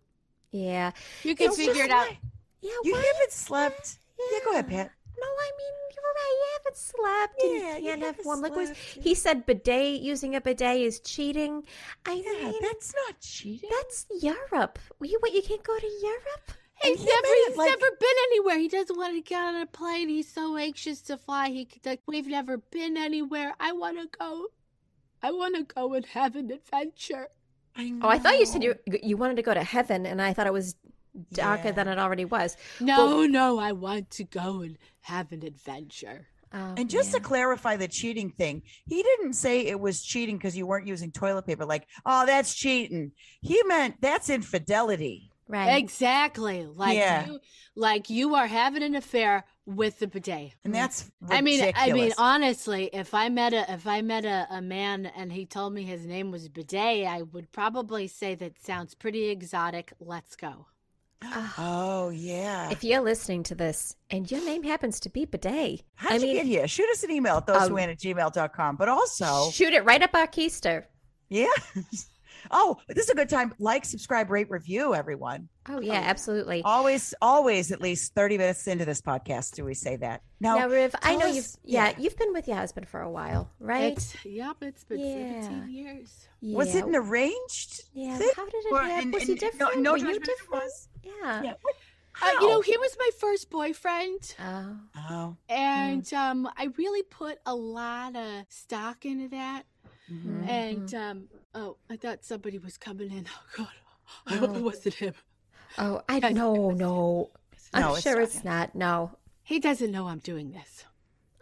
C: yeah,
A: you can
B: It's just
A: figure it out.
B: like,
C: yeah.
B: You
C: why-
B: haven't slept. Yeah, go ahead, Pat.
C: No, I mean you're right. You haven't slept, and
B: Yeah, you
C: you can't have
B: haven't
C: warm liquids.
B: slept, yeah.
C: He said bidet using a bidet is cheating. I
B: Yeah,
C: mean,
B: that's not cheating.
C: that's Europe. You what? You can't go to Europe.
A: He's
B: he
A: never
B: made it
A: he's
B: like-
A: never been anywhere. He doesn't want to get on a plane. He's so anxious to fly. He could, like we've never been anywhere. I want to go. I want to go and have an adventure.
C: Oh, I thought you said
B: know.
C: you you wanted to go to heaven, and I thought it was darker
B: Yeah.
C: than it already was.
A: No, no, I want to go and have an adventure.
C: Oh,
B: And just
C: yeah.
B: to clarify the cheating thing, he didn't say it was cheating because you weren't using toilet paper. Like, oh, that's cheating. He meant that's infidelity.
C: right.
A: Exactly. Like
B: Yeah.
A: you, like you are having an affair with the bidet.
B: And that's
A: Mm. I mean,
B: ridiculous.
A: I mean, honestly, if I met a if I met a, a man and he told me his name was Bidet, I would probably say that sounds pretty exotic. Let's go.
C: Ah.
B: oh, yeah.
C: If you're listening to this and your name happens to be bidet,
B: How'd
C: I
B: you
C: mean,
B: get here? Shoot us an email at
C: Um,
B: thosewhoan at gmail.com. But also,
C: shoot it right up our keister.
B: yeah. oh, this is a good time. Like, subscribe, rate, review, everyone.
C: Oh yeah, absolutely.
B: Always, always at least 30 minutes into this podcast do we say that. Now,
C: now, Riv, I
B: tell
C: know
B: us-
C: you've yeah,
B: yeah.
C: you've been with your husband for a while, right?
A: It's, yep, it's been
C: Yeah.
A: 17 years.
B: was
C: yeah.
B: it an arranged
C: Yeah,
B: thing?
C: how did it
B: Or-
C: happen?
B: and-
C: Was he
B: and no-
C: different?
B: No,
C: Were you
B: judgment if it
C: different?
B: was.
C: Yeah.
B: Yeah. What-
A: Uh, you know,
B: How?
A: he was my first boyfriend,
C: Oh,
B: Oh.
A: and um, I really put a lot of stock into that.
B: mhm.
A: And
C: Mm-hmm.
A: um, oh, I thought somebody was coming in. Oh God, I
C: Oh.
A: hope it wasn't him.
C: oh, I
A: Guys,
C: no, no. I'm
B: No, it's
C: sure
B: not
C: it's
B: him.
C: not. No.
A: He doesn't know I'm doing this.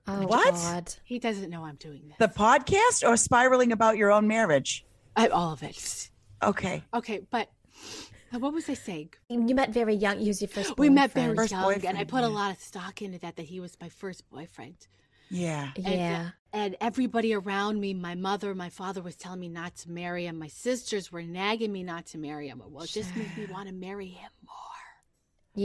C: Oh,
B: What?
C: God.
A: He doesn't know I'm doing this.
B: The podcast or spiraling about your own marriage?
A: I, all of it.
B: Okay.
A: Okay, but uh, what was I saying?
C: You you met very young. You was your first.
A: We met very
C: boyfriend.
B: First
A: young, and I
B: boyfriend,
A: put a
B: yeah.
A: lot of stock into that. That he was my first boyfriend,
B: Yeah.
A: and, uh,
C: Yeah.
A: and everybody around me, my mother, my father, was telling me not to marry him. My sisters were nagging me not to marry him. Well, just make me want to marry him more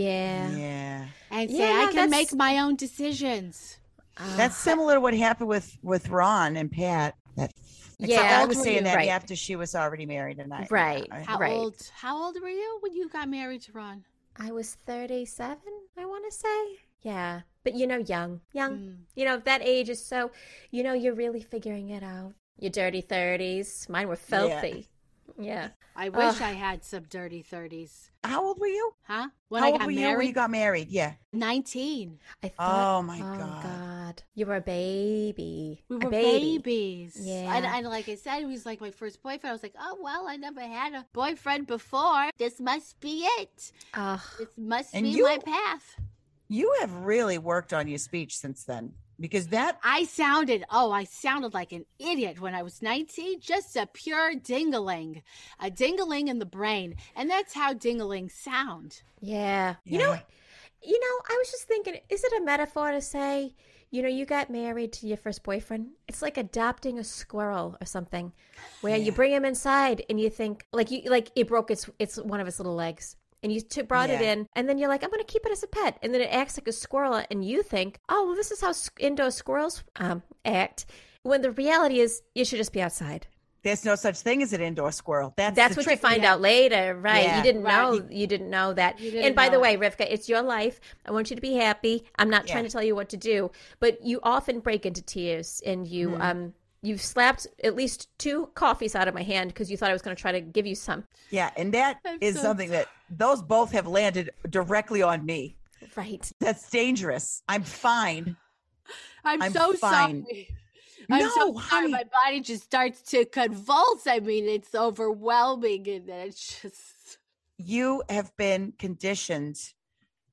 C: Yeah.
B: Yeah.
A: and say
C: Yeah,
A: I
C: no,
A: can make
C: that's-
A: my own decisions.
C: Oh.
B: That's similar to what happened with with Ron and Pat. That except
C: Yeah,
B: I
C: I
B: was
C: was-
B: saying that
C: right.
B: after she was already married and I
C: Right.
B: I-
A: How
C: Right.
A: old? How old were you when you got married to Ron?
C: I was 37, I want to say. Yeah. But you know, young. Young.
A: Mm.
C: You know, that age is so, you know, you're really figuring it out. Your dirty 30s. Mine were filthy. Yeah.
A: I wish
C: Ugh.
A: I had some dirty thirties,
B: How old were you?
A: huh? When
B: How
A: I
B: old
A: got
B: were you when you
A: married,
B: got married? Yeah.
A: nineteen.
C: I thought,
B: Oh, my God.
C: You were a baby.
A: We
C: A
A: were
C: baby.
A: babies.
C: Yeah.
A: And, and like I said, he was like my first boyfriend. I was like, oh, well, I never had a boyfriend before. This must be it.
C: Ugh.
A: This must
B: And
A: be
B: you-
A: my path.
B: You have really worked on your speech since then because that
A: I sounded, oh, I sounded like an idiot when I was 19. Just a pure dingaling, a dingaling in the brain. And that's how dingalings sound.
C: Yeah. You know,
B: Yeah.
C: you know, I was just thinking, is it a metaphor to say, you know, you got married to your first boyfriend? It's like adopting a squirrel or something, where you bring him inside and you think, like you, like it broke its its one of its little legs. And you took, brought it
B: Yeah.
C: in, and then you're like, "I'm going to keep it as a pet." And then it acts like a squirrel, and you think, "Oh, well, this is how s- indoor squirrels um, act." When the reality is, you should just be outside.
B: There's no such thing as an indoor squirrel. That's
C: That's
B: the
C: what
B: trick.
C: you find
A: yeah.
C: out later, right?
B: Yeah.
C: you didn't
A: Right.
C: know. You didn't know that.
A: You didn't
C: and by
A: know
C: the
A: it.
C: way, Rivka, it's your life. I want you to be happy. I'm not trying
B: Yeah.
C: to tell you what to do, but you often break into tears, and you um you slapped at least two coffees out of my hand because you thought I was going to try to give you some.
B: Yeah, and that
A: I'm
B: is
A: so
B: something that those both have landed directly on me.
C: Right.
B: That's dangerous. I'm fine.
A: I'm,
B: I'm
A: so
B: fine.
A: sorry. I'm so
B: No,
A: sorry.
B: honey.
A: My body just starts to convulse. I mean, it's overwhelming, and then it's just
B: You have been conditioned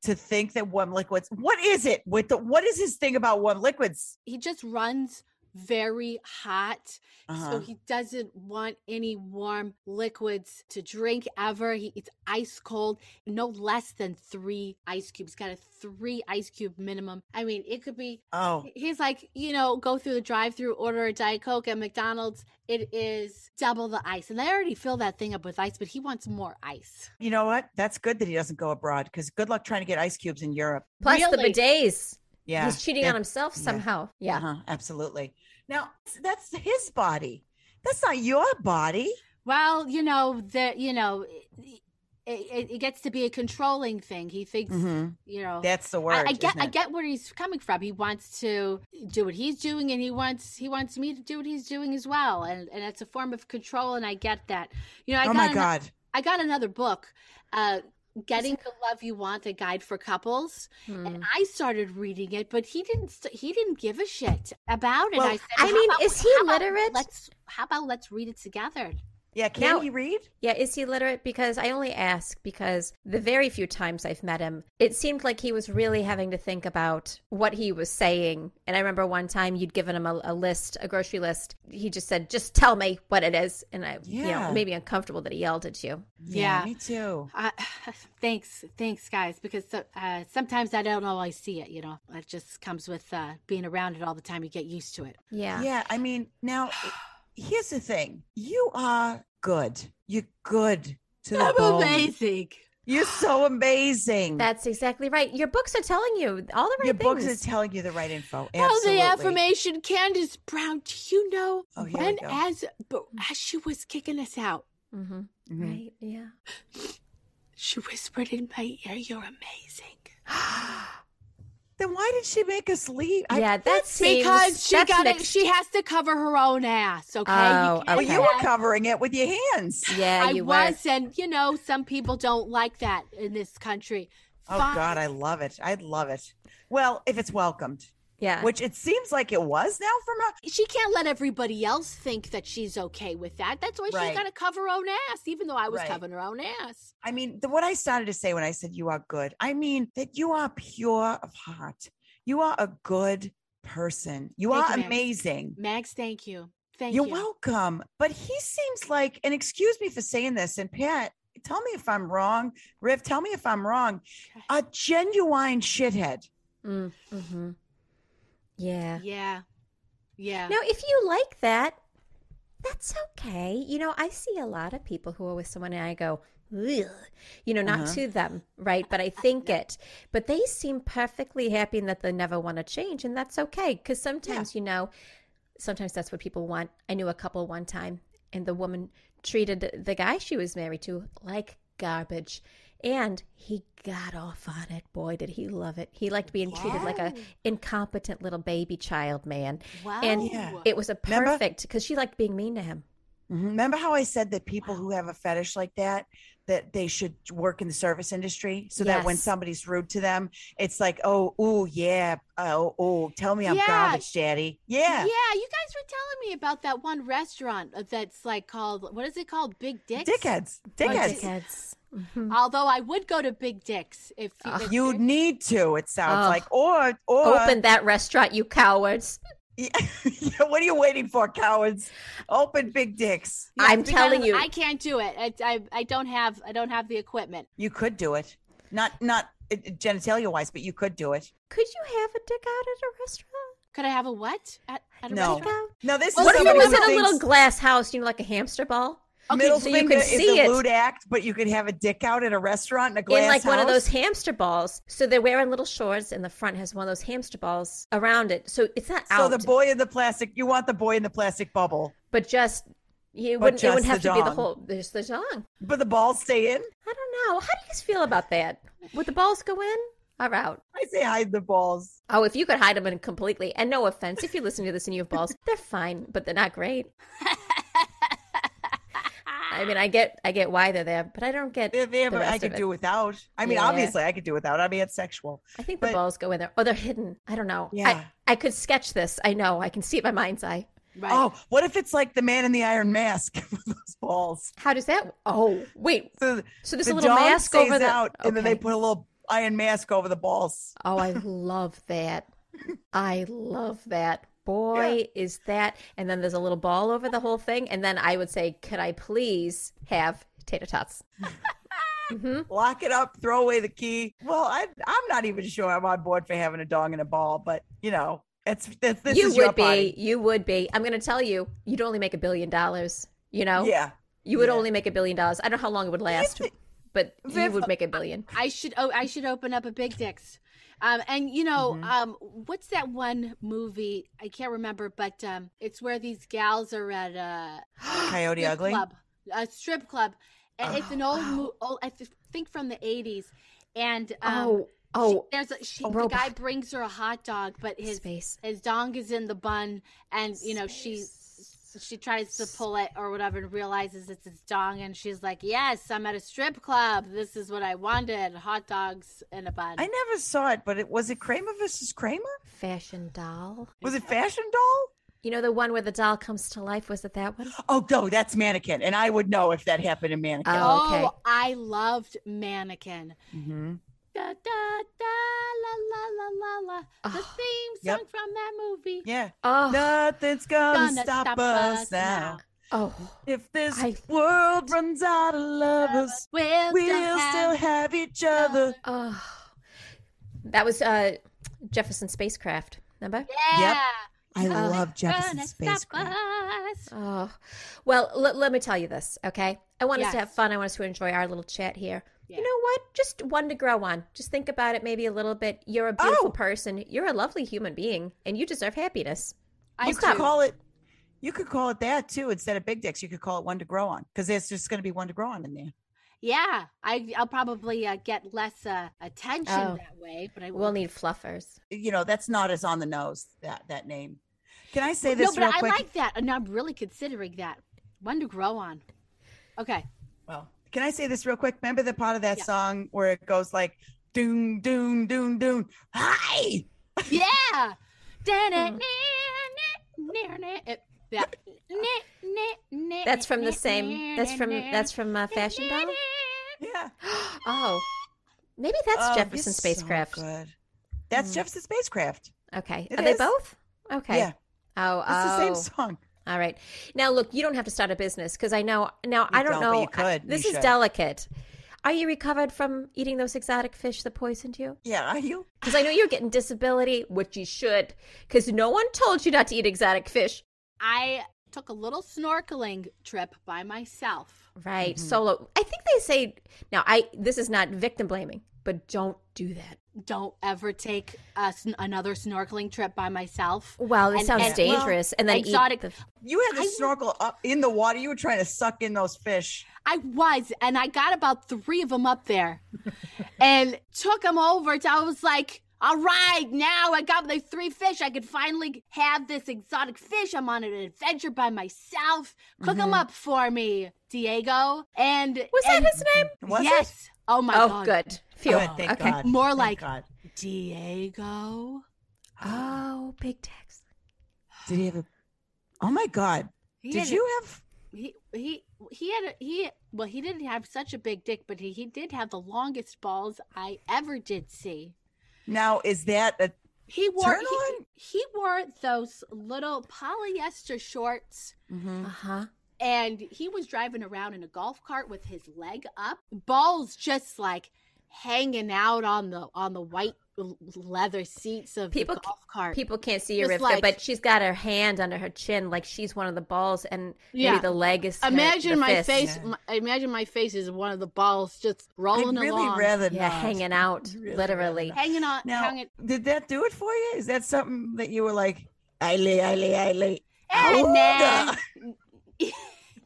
B: to think that warm liquids. What is it with the? What is his thing about warm liquids?
A: he just runs very hot.
B: Uh-huh.
A: So he doesn't want any warm liquids to drink ever. He, it's ice cold, no less than three ice cubes. Got a three ice cube minimum. I mean, it could be
B: oh,
A: He's like, you know, go through the drive through, order a Diet Coke at McDonald's. It is double the ice. And they already fill that thing up with ice, but he wants more ice.
B: you know what? That's good that he doesn't go abroad because good luck trying to get ice cubes in Europe.
C: Plus
A: Really?
C: the bidets.
B: Yeah,
C: He's cheating
B: that-
C: on himself
B: yeah.
C: somehow. Yeah.
B: Uh-huh, absolutely. Now that's his body. That's not your body.
A: Well, you know, the, you know, it, it, it gets to be a controlling thing. He thinks,
B: Mm-hmm.
A: you know,
B: That's the word.
A: Mm-hmm. I, I get,
B: isn't
A: I
B: it?
A: get where he's coming from. He wants to do what he's doing, and he wants, he wants me to do what he's doing as well. And and it's a form of control, and I get that. You know, I
B: oh
A: got
B: my
A: an-
B: god.
A: I got another book, uh, "Getting the Love You Want: A Guide for Couples."
C: Hmm.
B: Mm.
A: And I started reading it, but he didn't. St- he didn't give a shit about it.
B: Well,
A: I said,
C: I
A: "How
C: mean,
A: about-
C: is he
A: how about
C: literate?
A: Let's. How about let's read it together?
B: Yeah, can
C: Now-
B: he read?
C: Yeah, is he literate? Because I only ask because the very few times I've met him, it seemed like he was really having to think about what he was saying. And I remember one time you'd given him a, a list, a grocery list. He just said, "Just tell me what it is," and I, you know,
B: Yeah.
C: it made me uncomfortable that he yelled at you.
A: Yeah.
B: me too.
A: Uh, thanks, thanks, guys, because so- uh, sometimes I don't always see it. You know, it just comes with uh, being around it all the time. You get used to it.
C: Yeah,
B: Yeah, I mean, now here's the thing: you are good. You're good to the
A: I'm
B: bone.
A: amazing.
B: You're so amazing.
C: that's exactly right. Your books are telling you all the right
B: Your books
C: things.
B: are telling you the right info.
A: Oh,
B: Absolutely.
A: the affirmation, Candace Brown. Do you know
B: Oh, here we
A: when,
B: go.
A: as as she was kicking us out,
C: mm-hmm.
B: Mhm.
C: Right? Yeah.
A: She whispered in my ear, You're amazing.
B: Then why did she make us leave? I-
C: yeah, that seems
A: because she
C: that's
A: got it.
C: mixed-
A: She has to cover her own ass. Okay.
C: Oh,
A: can't
B: well,
C: okay.
B: you were
A: have-
B: covering it with your hands.
C: yeah,
A: I
C: you were.
A: was, and you know, some people don't like that in this country.
B: Oh
A: Fine.
B: God, I love it. I love it. Well, if it's welcomed,
C: Yeah,
B: which it seems like it was now from her.
A: She can't let everybody else think that she's okay with that. That's why
B: Right.
A: she's got to cover her own ass, even though I was
B: Right.
A: covering her own ass.
B: I mean, the, what I started to say when I said you are good, I mean that you are pure of heart. You are a good person. You
A: Thank
B: are
A: you, ma'am.
B: amazing.
A: Mags, thank you. Thank
B: You're
A: you.
B: welcome. But he seems like, and excuse me for saying this, and Pat, tell me if I'm wrong. Riv, tell me if I'm wrong. A genuine shithead.
C: mm-hmm. yeah.
A: Yeah. Yeah.
C: Now, if you like that, that's okay. You know, I see a lot of people who are with someone and I go, Ugh. you know, not
B: Uh-huh.
C: to them, right? But I think it. But they seem perfectly happy and that they never want to change. And that's okay. Because sometimes, you know, sometimes that's what people want. I knew a couple one time and the woman treated the guy she was married to like garbage. And he got off on it. Boy, did he love it. He liked being treated like a
A: Wow.
C: incompetent little baby child man.
A: Wow.
C: And
B: Yeah.
C: it was a
B: Remember?
C: perfect because she liked being mean to him.
B: Mhm. Remember how I said that people who have a fetish like that, that they should work in the service industry so that when
C: Yes.
B: somebody's rude to them, it's like, oh, oh, yeah, oh, oh, tell me I'm
A: Yeah.
B: garbage, daddy. Yeah.
A: you guys were telling me about that one restaurant uh, that's like called what is it called? Big Dick's.
B: Dickheads.
C: Oh,
B: Dickheads.
C: dickheads. Mhm.
A: Although I would go to Big Dick's if,
C: Ugh.
A: if
B: You need to, it sounds
C: Oh.
B: like. Or, or,
C: Open that restaurant, you cowards.
B: Yeah, what are you waiting for, cowards? Open big dicks.
A: Yeah,
C: I'm
A: because
C: telling you.
A: I can't do it. I, I I don't have I don't have the equipment.
B: You could do it. Not not uh, genitalia wise, but you could do it.
C: Could you have a dick out at a restaurant?
A: Could I have a what? At, at a
B: No.
C: Dick
A: restaurant?
C: out?
B: No, this
C: What
B: is
C: if it
B: somebody
C: was
B: who
C: in a little
B: thinks
C: glass house, you know, like a hamster ball?
B: middle
C: so you
B: finger
C: could
B: is
C: see
B: a
C: it.
B: lewd act, but you could have a dick out at a restaurant in a glass
C: in like one of
B: house?
C: those hamster balls. So they're wearing little shorts and the front has one of those hamster balls around it. So it's not
B: So
C: out,
B: the boy in the plastic, you want the boy in the plastic bubble.
C: but just You
B: But
C: wouldn't, it wouldn't
B: just
C: have
B: the
C: to be the
B: dong.
C: whole, just the dong.
B: But the balls stay in.
C: I don't know. How do you guys feel about that? Would the balls go in or out?
B: I say hide the balls.
C: Oh, if you could hide them in completely, and no offense, if you listen to this and you have balls, they're fine, but they're not great. I mean, I get, I get why they're there, but I don't get.
B: If they
C: the
B: ever, I
C: rest
B: could
C: of it.
B: do without. I mean,
C: Yeah.
B: obviously, I could do without. I mean, it's sexual.
C: I think the
B: but-
C: balls go in there, or they're hidden. I don't know.
B: Yeah.
C: I, I could sketch this. I know. I can see it in my mind's eye.
A: Right.
B: Oh, what if it's like the man in the iron mask with those balls?
C: How does that? Oh, wait.
B: So
C: So there's
B: the
C: a little
B: dong
C: mask
B: stays
C: over the.
B: out, and then they
C: Okay.
B: put a little iron mask over the balls.
C: Oh, I love that. I love that. Boy, is that. And then there's a little ball over the whole thing. And then I would say, could I please have tater tots? hmm
B: Lock it up, throw away the key. Well, I, I'm not even sure I'm on board for having a dong and a ball, but you know, it's this, this
C: You
B: is your
C: would be.
B: body.
C: You would be. I'm going to tell you, you'd only make a billion dollars. You know?
B: Yeah,
C: You would
B: yeah.
C: only make a billion dollars. I don't know how long it would last,
B: thi-
C: but you
B: Viv,
C: would make a billion.
A: I should oh I should open up a big dicks. Um, and you know,
C: Mm-hmm.
A: um, what's that one movie? I can't remember, but um, it's where these gals are at a
B: Coyote
A: strip
B: Ugly.
A: club, a strip club, and it's an
C: Oh,
A: old,
C: wow.
A: mo- old I th- think from the eighties. And
B: uh,
A: um,
C: Oh, oh,
A: she, there's a, she,
C: a
A: the guy
C: robot.
A: brings her a hot dog, but his
C: space.
A: his dong is in the bun, and you know she she tries to pull it or whatever and realizes it's his dong, and she's like, "Yes, I'm at a strip club. This is what I wanted: hot dogs in a bun."
B: I never saw it, but it was it Kramer versus Kramer?
C: Fashion doll.
B: Was it Fashion Doll?
C: You know, the one where the doll comes to life. Was it that one?
B: Oh no, that's Mannequin, and I would know if that happened in Mannequin.
C: Oh. okay.
A: Oh, I loved Mannequin.
B: Mhm.
A: Da, da, da, la, la, la, la, la. The
C: Oh,
A: theme
B: Ah, yep.
A: song from that movie.
B: Yeah,
C: Oh,
B: nothing's gonna,
A: Gonna
B: stop, us, now.
C: oh.
B: If this
C: I-
B: world runs out of lovers,
A: We'll,
B: we'll
A: still have
B: still have each other.
C: Oh, that was uh, Jefferson spacecraft. Remember?
A: Yeah.
B: I
C: Oh.
B: love
A: Gonna stop us.
C: Oh, well, l- let me tell you this, okay? I want us to
A: Yes.
C: have fun. I want us to enjoy our little chat here.
A: Yeah.
C: You know what? Just one to grow on. Just think about it maybe a little bit. You're a beautiful
B: Oh.
C: person. You're a lovely human being, and you deserve happiness.
A: I
B: You could
A: do.
B: call it. You could call it that too. Instead of big dicks, you could call it one to grow on because there's just going to be one to grow on in there.
A: Yeah, I, I'll probably uh, get less uh, attention
C: Oh.
A: that way, but I will.
C: We'll need fluffers.
B: You know, that's not as on the nose that that name. Can I say
A: no,
B: this
A: but
B: real
A: I
B: quick?
A: like that, and I'm really considering that one to grow on. Okay,
B: well, can I say this real quick? Remember the part of that song where it goes like doon doon doon doon. Hi.
A: yeah. That's
C: That's from the same. That's from. That's from uh, Fashion Doll.
B: Yeah.
C: Oh, maybe that's
B: Oh, you're
C: Jefferson
B: so
C: spacecraft.
B: good. That's
A: Mm.
B: Jefferson spacecraft.
C: Okay.
B: It
C: Are
B: is.
C: they both? Okay.
B: Yeah.
C: Oh,
B: It's the
C: oh.
B: same song.
C: All right. Now, look, you don't have to start a business because I know. Now, I don't
B: don't, but
C: know.
B: you could,
C: I-
B: you
C: this is
B: should.
C: delicate. Are you recovered from eating those exotic fish that poisoned you?
B: Yeah, are you?
C: Because I know you're getting disability, which you should, because no one told you not to eat exotic fish.
A: I took a little snorkeling trip by myself.
C: Right.
B: Mm-hmm.
C: Solo. I think they say now. I this is not victim blaming, but don't do that.
A: Don't ever take a sn another snorkeling trip by myself.
C: Wow, that
A: And-
C: sounds
A: and-
C: dangerous. and then
A: exotic-
C: Eat the,
B: You had
A: I
B: to
A: would-
B: snorkel up in the water. You were trying to suck in those fish.
A: I was, and I got about three of them up there and took them over. To, I was like, all right, now I got my three fish. I could finally have this exotic fish. I'm on an adventure by myself. Cook them up for me, Diego. And
C: Mm-hmm. was
A: and-
C: that his name?
B: Was it?
A: yes. Oh my
C: oh,
A: god.
C: good. Phew.
B: Good, thank
C: okay.
B: God.
A: More
B: Thank
A: like-
B: God.
A: Diego.
C: Oh, big text.
B: Did he have a? Oh my God!
A: He
B: Did
A: had a-
B: you have?
A: He he he had a, he well he didn't have such a big dick, but he, he did have the longest balls I ever did see.
B: Now is that a?
A: He wore
B: Turn
A: he,
B: on-
A: he wore those little polyester shorts
C: Uh huh.
A: and he was driving around in a golf cart with his leg up, balls just like hanging out on the on the white l- leather seats of
C: People
A: the
C: c-
A: golf cart.
C: People can't see your
A: Just
C: Rivka,
A: like-
C: but she's got her hand under her chin, like she's one of the balls, and
A: Yeah.
C: maybe the leg is. her-
A: imagine
C: the
A: my
C: fist.
A: face
B: Yeah.
A: my, imagine my face is one of the balls just
B: I'd
A: rolling
B: really
A: along.
B: rather
C: yeah,
B: not.
C: hanging out,
B: Really, really
C: literally.
B: not.
A: Hanging on,
B: Now,
A: hanging,
B: did that do it for you? Is that Oh, something that you were like, I lay, I lay, I lay?
A: And
B: Aouga!
A: then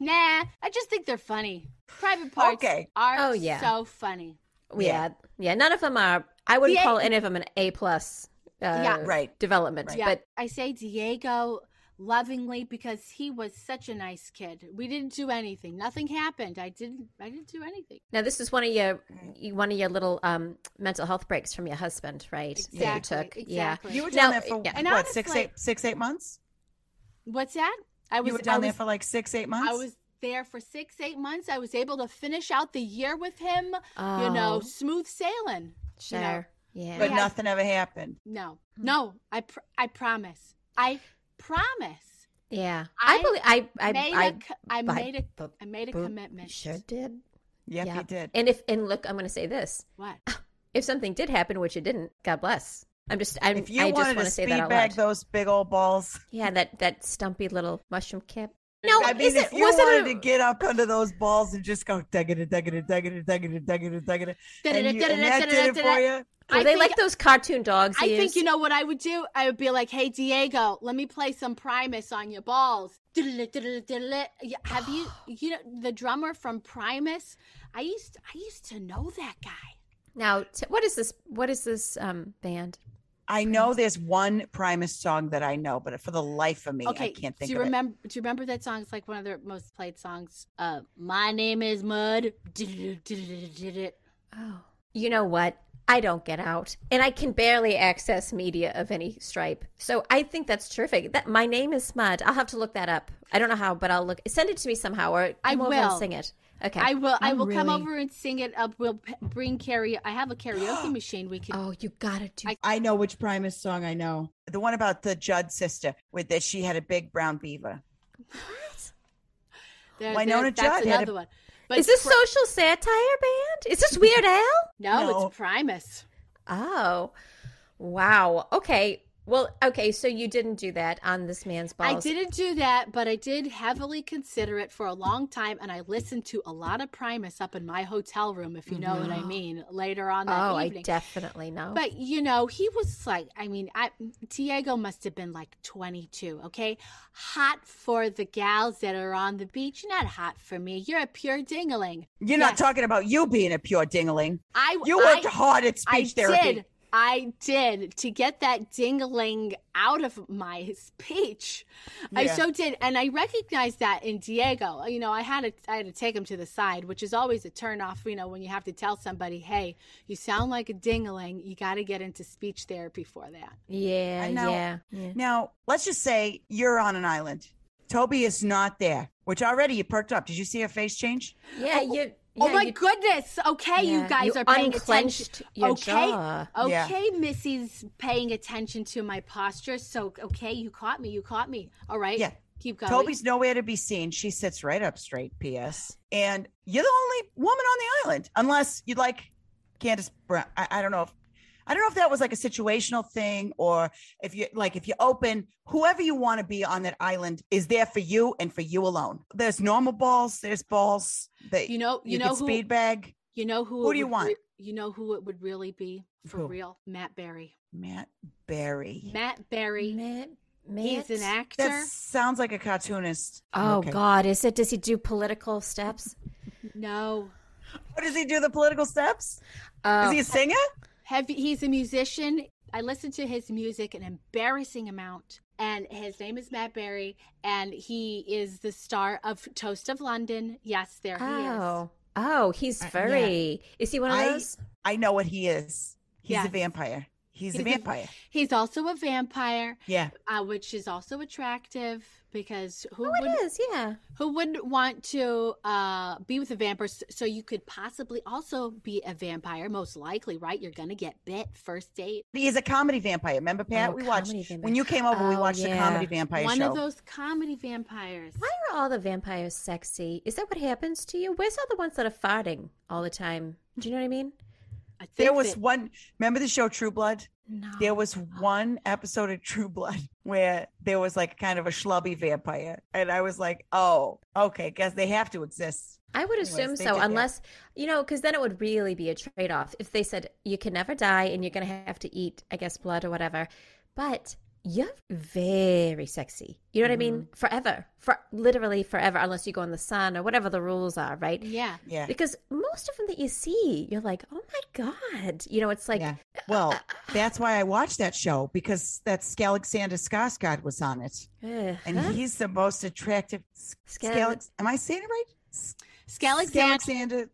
A: Nah, I just think they're funny. Private parts
B: Okay.
A: are
C: Oh, yeah.
A: so funny.
B: Yeah.
C: Yeah. Yeah. None of them are, I wouldn't
A: Yeah.
C: call any of them an A plus uh,
A: Yeah.
B: Right.
C: development.
A: Yeah,
C: But
A: I say Diego lovingly because he was such a nice kid. We didn't do anything. Nothing happened. I didn't. I didn't do anything.
C: now this is one of your one of your little um, mental health breaks from your husband, right? That you
A: Exactly.
C: took. Yeah.
A: Exactly.
B: You were
C: Now,
B: down there for
C: yeah.
B: what,
A: And
B: six,
A: honestly-
B: eight, six, eight months?
A: What's that? I was
B: you were down
A: I
B: there
A: was,
B: for like six, eight months?
A: I was there for six, eight months. I was able to finish out the year with him.
C: Oh,
A: You know, smooth sailing.
C: sure. yeah.
B: but
A: Yeah.
B: nothing ever happened.
A: No,
C: Hmm.
A: no. I pr- I promise. I promise.
C: yeah.
A: I
C: I believe I I,
A: made
C: I,
A: a co- I
C: I-
A: made a
C: but-
A: I made a
C: but-
A: commitment.
C: sure did.
B: Yep,
C: Yeah.
B: you did.
C: And if and look, I'm going to say this:
A: What?
C: if something did happen, which it didn't, God bless. I'm just I'm,
B: if you
C: I just
B: wanted
C: want
B: to
C: to say that
B: speed
C: out
B: bag
C: loud.
B: those big old balls,
C: Yeah, that that stumpy little mushroom cap. No,
B: I mean,
C: is
B: if
C: it
B: you
C: was
B: wanted
C: it a,
B: to get up under those balls and just go dugga it, dugga it, dugga it, dugga it, dugga it, dugga it, and you- and that did it for you.
C: were
A: I
C: they
A: think-
C: like those cartoon dogs?
A: I think
C: used?
A: you know what I would do. I would be like, "Hey Diego, let me play some Primus on your balls." Diddle-it, diddle-it, diddle-it. Yeah, Have you you know the drummer from Primus? I used I used to know that guy.
C: Now, t- what is this? What is this um band?
B: I know there's one Primus song that I know, but for the life of me,
A: Okay,
B: I can't think
A: do you
B: of
A: remember? Do you remember that song? It's like one of their most played songs. Uh, my name is Mud. Diddle-it, diddle-it, diddle-it.
C: Oh, you know what? I don't get out, and I can barely access media of any stripe. So I think that's terrific. That my name is Mud. I'll have to look that up. I don't know how, but I'll look. Send it to me somehow, or
A: I
C: come over and
A: will.
C: sing it. Okay.
A: I will. i
B: I'm
A: will come
B: really-
A: over and sing it up. We'll p- bring karaoke. I have a karaoke machine. We can.
C: oh, you gotta do.
A: I-
B: it. I know which Primus song I know. The one about the Judd sister with that she had a big brown beaver.
A: there- there-
B: Winona
A: that's
B: Judd had a-
A: another one. But
C: is this
A: Pri-
C: social satire band? Is this Weird Al?
A: no,
B: No.
A: It's Primus.
C: Oh, wow. Okay. Well, okay. So you didn't do that on this man's balls.
A: I didn't do that, but I did heavily consider it for a long time, and I listened to a lot of Primus up in my hotel room, if you know what I
C: No.
A: mean, later on that
C: Mm-hmm. Oh, I
A: evening.
C: definitely know.
A: but you know, he was like, I mean, I, Diego must have been like 22, okay? Hot for the gals that are on the beach, not hot for me. You're a pure dingaling.
B: You're
A: Yes.
B: not talking about you being a pure dingling.
A: I
B: You
A: I,
B: worked hard at speech therapy.
A: Did. I did to get that dingling out of my speech. I
B: Yeah.
A: so did, and I recognized that in Diego. You know, I had to I had to take him to the side, which is always a turnoff. You know, when you have to tell somebody, "Hey, you sound like a dingling. You got to get into speech therapy for that."
C: yeah,
B: I know.
C: yeah, yeah.
B: Now, let's just say you're on an island. Toby is not there, which already you perked up. Did you see her face change?
C: Yeah, you. Yeah,
A: oh my
C: you,
A: goodness! Okay,
C: yeah,
A: you guys are paying
C: unclenched
A: attention.
C: your
A: Okay.
C: jaw.
B: Yeah.
A: Okay, Missy's paying attention to my posture. So, okay, you caught me. You caught me. All right.
B: Yeah.
A: Keep going.
B: Toby's nowhere to be seen. She sits right up straight, P.S. And you're the only woman on the island, unless you like Candace Brown. I, I don't know if I don't know if that was like a situational thing or if you like if you're open, whoever you want to be on that island is there for you and for you alone. There's normal balls, there's balls that
A: you know, you,
B: you
A: know
B: can
A: who
B: speed bag.
A: You know who?
B: Who
A: it
B: do you
A: would
B: want?
A: re- you know who it would really be for
B: Who?
A: real? Matt Berry.
B: Matt Berry.
A: Matt Berry.
C: Matt,
A: He's an
C: Matt-
A: actor.
B: That sounds like a cartoonist.
C: Oh
B: Okay.
C: God, is it? Does he do political steps?
A: No,
B: What does he do? The political steps?
C: Oh,
B: Is he a singer?
A: have he's a musician. I listened to his music an embarrassing amount, and his name is Matt Berry, and he is the star of Toast of London. Yes, there he is.
C: oh, oh, he's
B: Uh, yeah.
C: furry. Is he one of
B: I-
C: those?
B: I know what he is. He's
A: Yeah.
B: a vampire. He's,
A: He's a-
B: a vampire.
A: He's also a vampire,
B: yeah.
A: uh, which is also attractive because who
C: Oh,
A: wouldn't
C: it is. Yeah.
A: Who wouldn't want to uh, be with a vampire? S- So you could possibly also be a vampire, most likely, right? You're gonna get bit first date.
B: He's a comedy vampire. Remember, Pat?
C: Oh,
B: we watched
C: comedy vampire.
B: when you came over. we
C: Oh,
B: watched the
C: yeah.
B: comedy vampire
A: One
B: show.
A: of those comedy vampires.
C: Why are all the vampires sexy? Is that what happens to you? Where's all the ones that are farting all the time? Do you know what I mean?
A: I think
B: there was
A: that-
B: one. Remember the show True Blood?
C: No.
B: There was one episode of True Blood where there was like kind of a schlubby vampire, and I was like, "Oh, okay, guess they have to exist."
C: I would
B: Anyways,
C: assume
B: they
C: so,
B: did that.
C: unless you know, because then it would really be a trade off if they said you can never die and you're going to have to eat, I guess, blood or whatever, but you're very sexy. You know what I
B: Mm-hmm.
C: mean? Forever, for literally forever, unless you go in the sun or whatever the rules are, right?
A: Yeah.
B: Yeah.
C: Because most of them that you see, you're like, oh my god. You know, it's like,
B: Yeah. Well, that's why I watched that show because that's Alexander Skarsgård was on it,
C: ugh,
B: and
C: huh?
B: he's the most attractive.
C: Skale-
B: Scalex, am I saying it right?
A: Scalexander,
B: Alexander.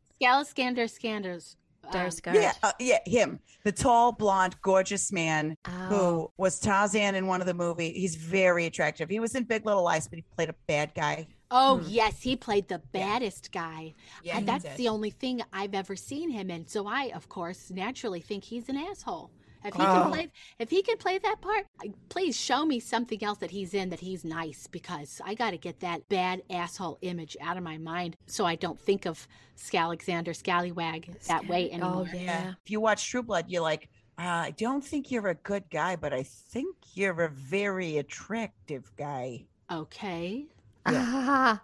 A: Scalexander, Scanders. um,
C: Skarsgård.
B: Yeah, uh, yeah, him, the tall, blonde, gorgeous man
C: Oh.
B: who was Tarzan in one of the movie. He's very attractive. He was in Big Little Lies, but he played a bad guy.
A: Oh, yes. He played the baddest guy.
B: Yeah,
A: And
B: he
A: that's
B: did.
A: the only thing I've ever seen him in. So I, of course, naturally think he's an asshole. If he
B: Oh.
A: can play, if he can play that part, please show me something else that he's in that he's nice because I got to get that bad asshole image out of my mind so I don't think of Scalexander Scallywag that way
C: Oh
A: anymore.
C: yeah.
B: If you watch True Blood, you're like, uh, I don't think you're a good guy, but I think you're a very attractive guy.
A: Okay.
C: Ah.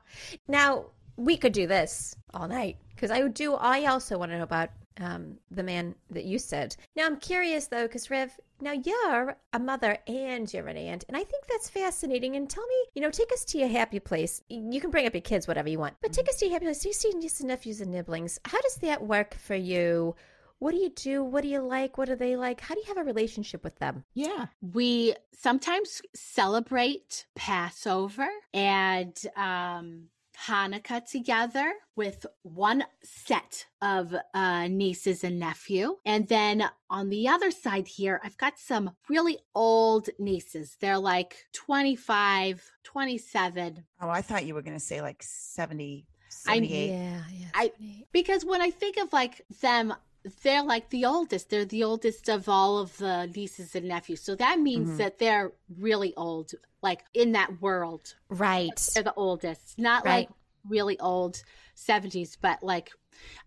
C: Now we could do this all night because I do. I also want to know about um, the man that you said. Now I'm curious though, because Riv, now you're a mother and you're an aunt, and I think that's fascinating. And tell me, you know, take us to your happy place. You can bring up your kids, whatever you want, but take us to your happy place. You see nieces and nephews and nibblings. How does that work for you? What do you do? What do you like? What are they like? How do you have a relationship with them?
B: Yeah.
A: we sometimes celebrate Passover and um, Hanukkah together with one set of uh, nieces and nephew. And then on the other side here, I've got some really old nieces. They're like 25, 27.
B: Oh, I thought you were going to say like 70,
A: I-
B: 78.
C: Yeah, yeah.
A: I-
C: funny.
A: Because when I think of like them, they're like the oldest. They're the oldest of all of the nieces and nephews. So that means
B: Mhm.
A: that they're really old, like in that world,
C: right.
A: they're the oldest not
C: Right.
A: like really old 70s but like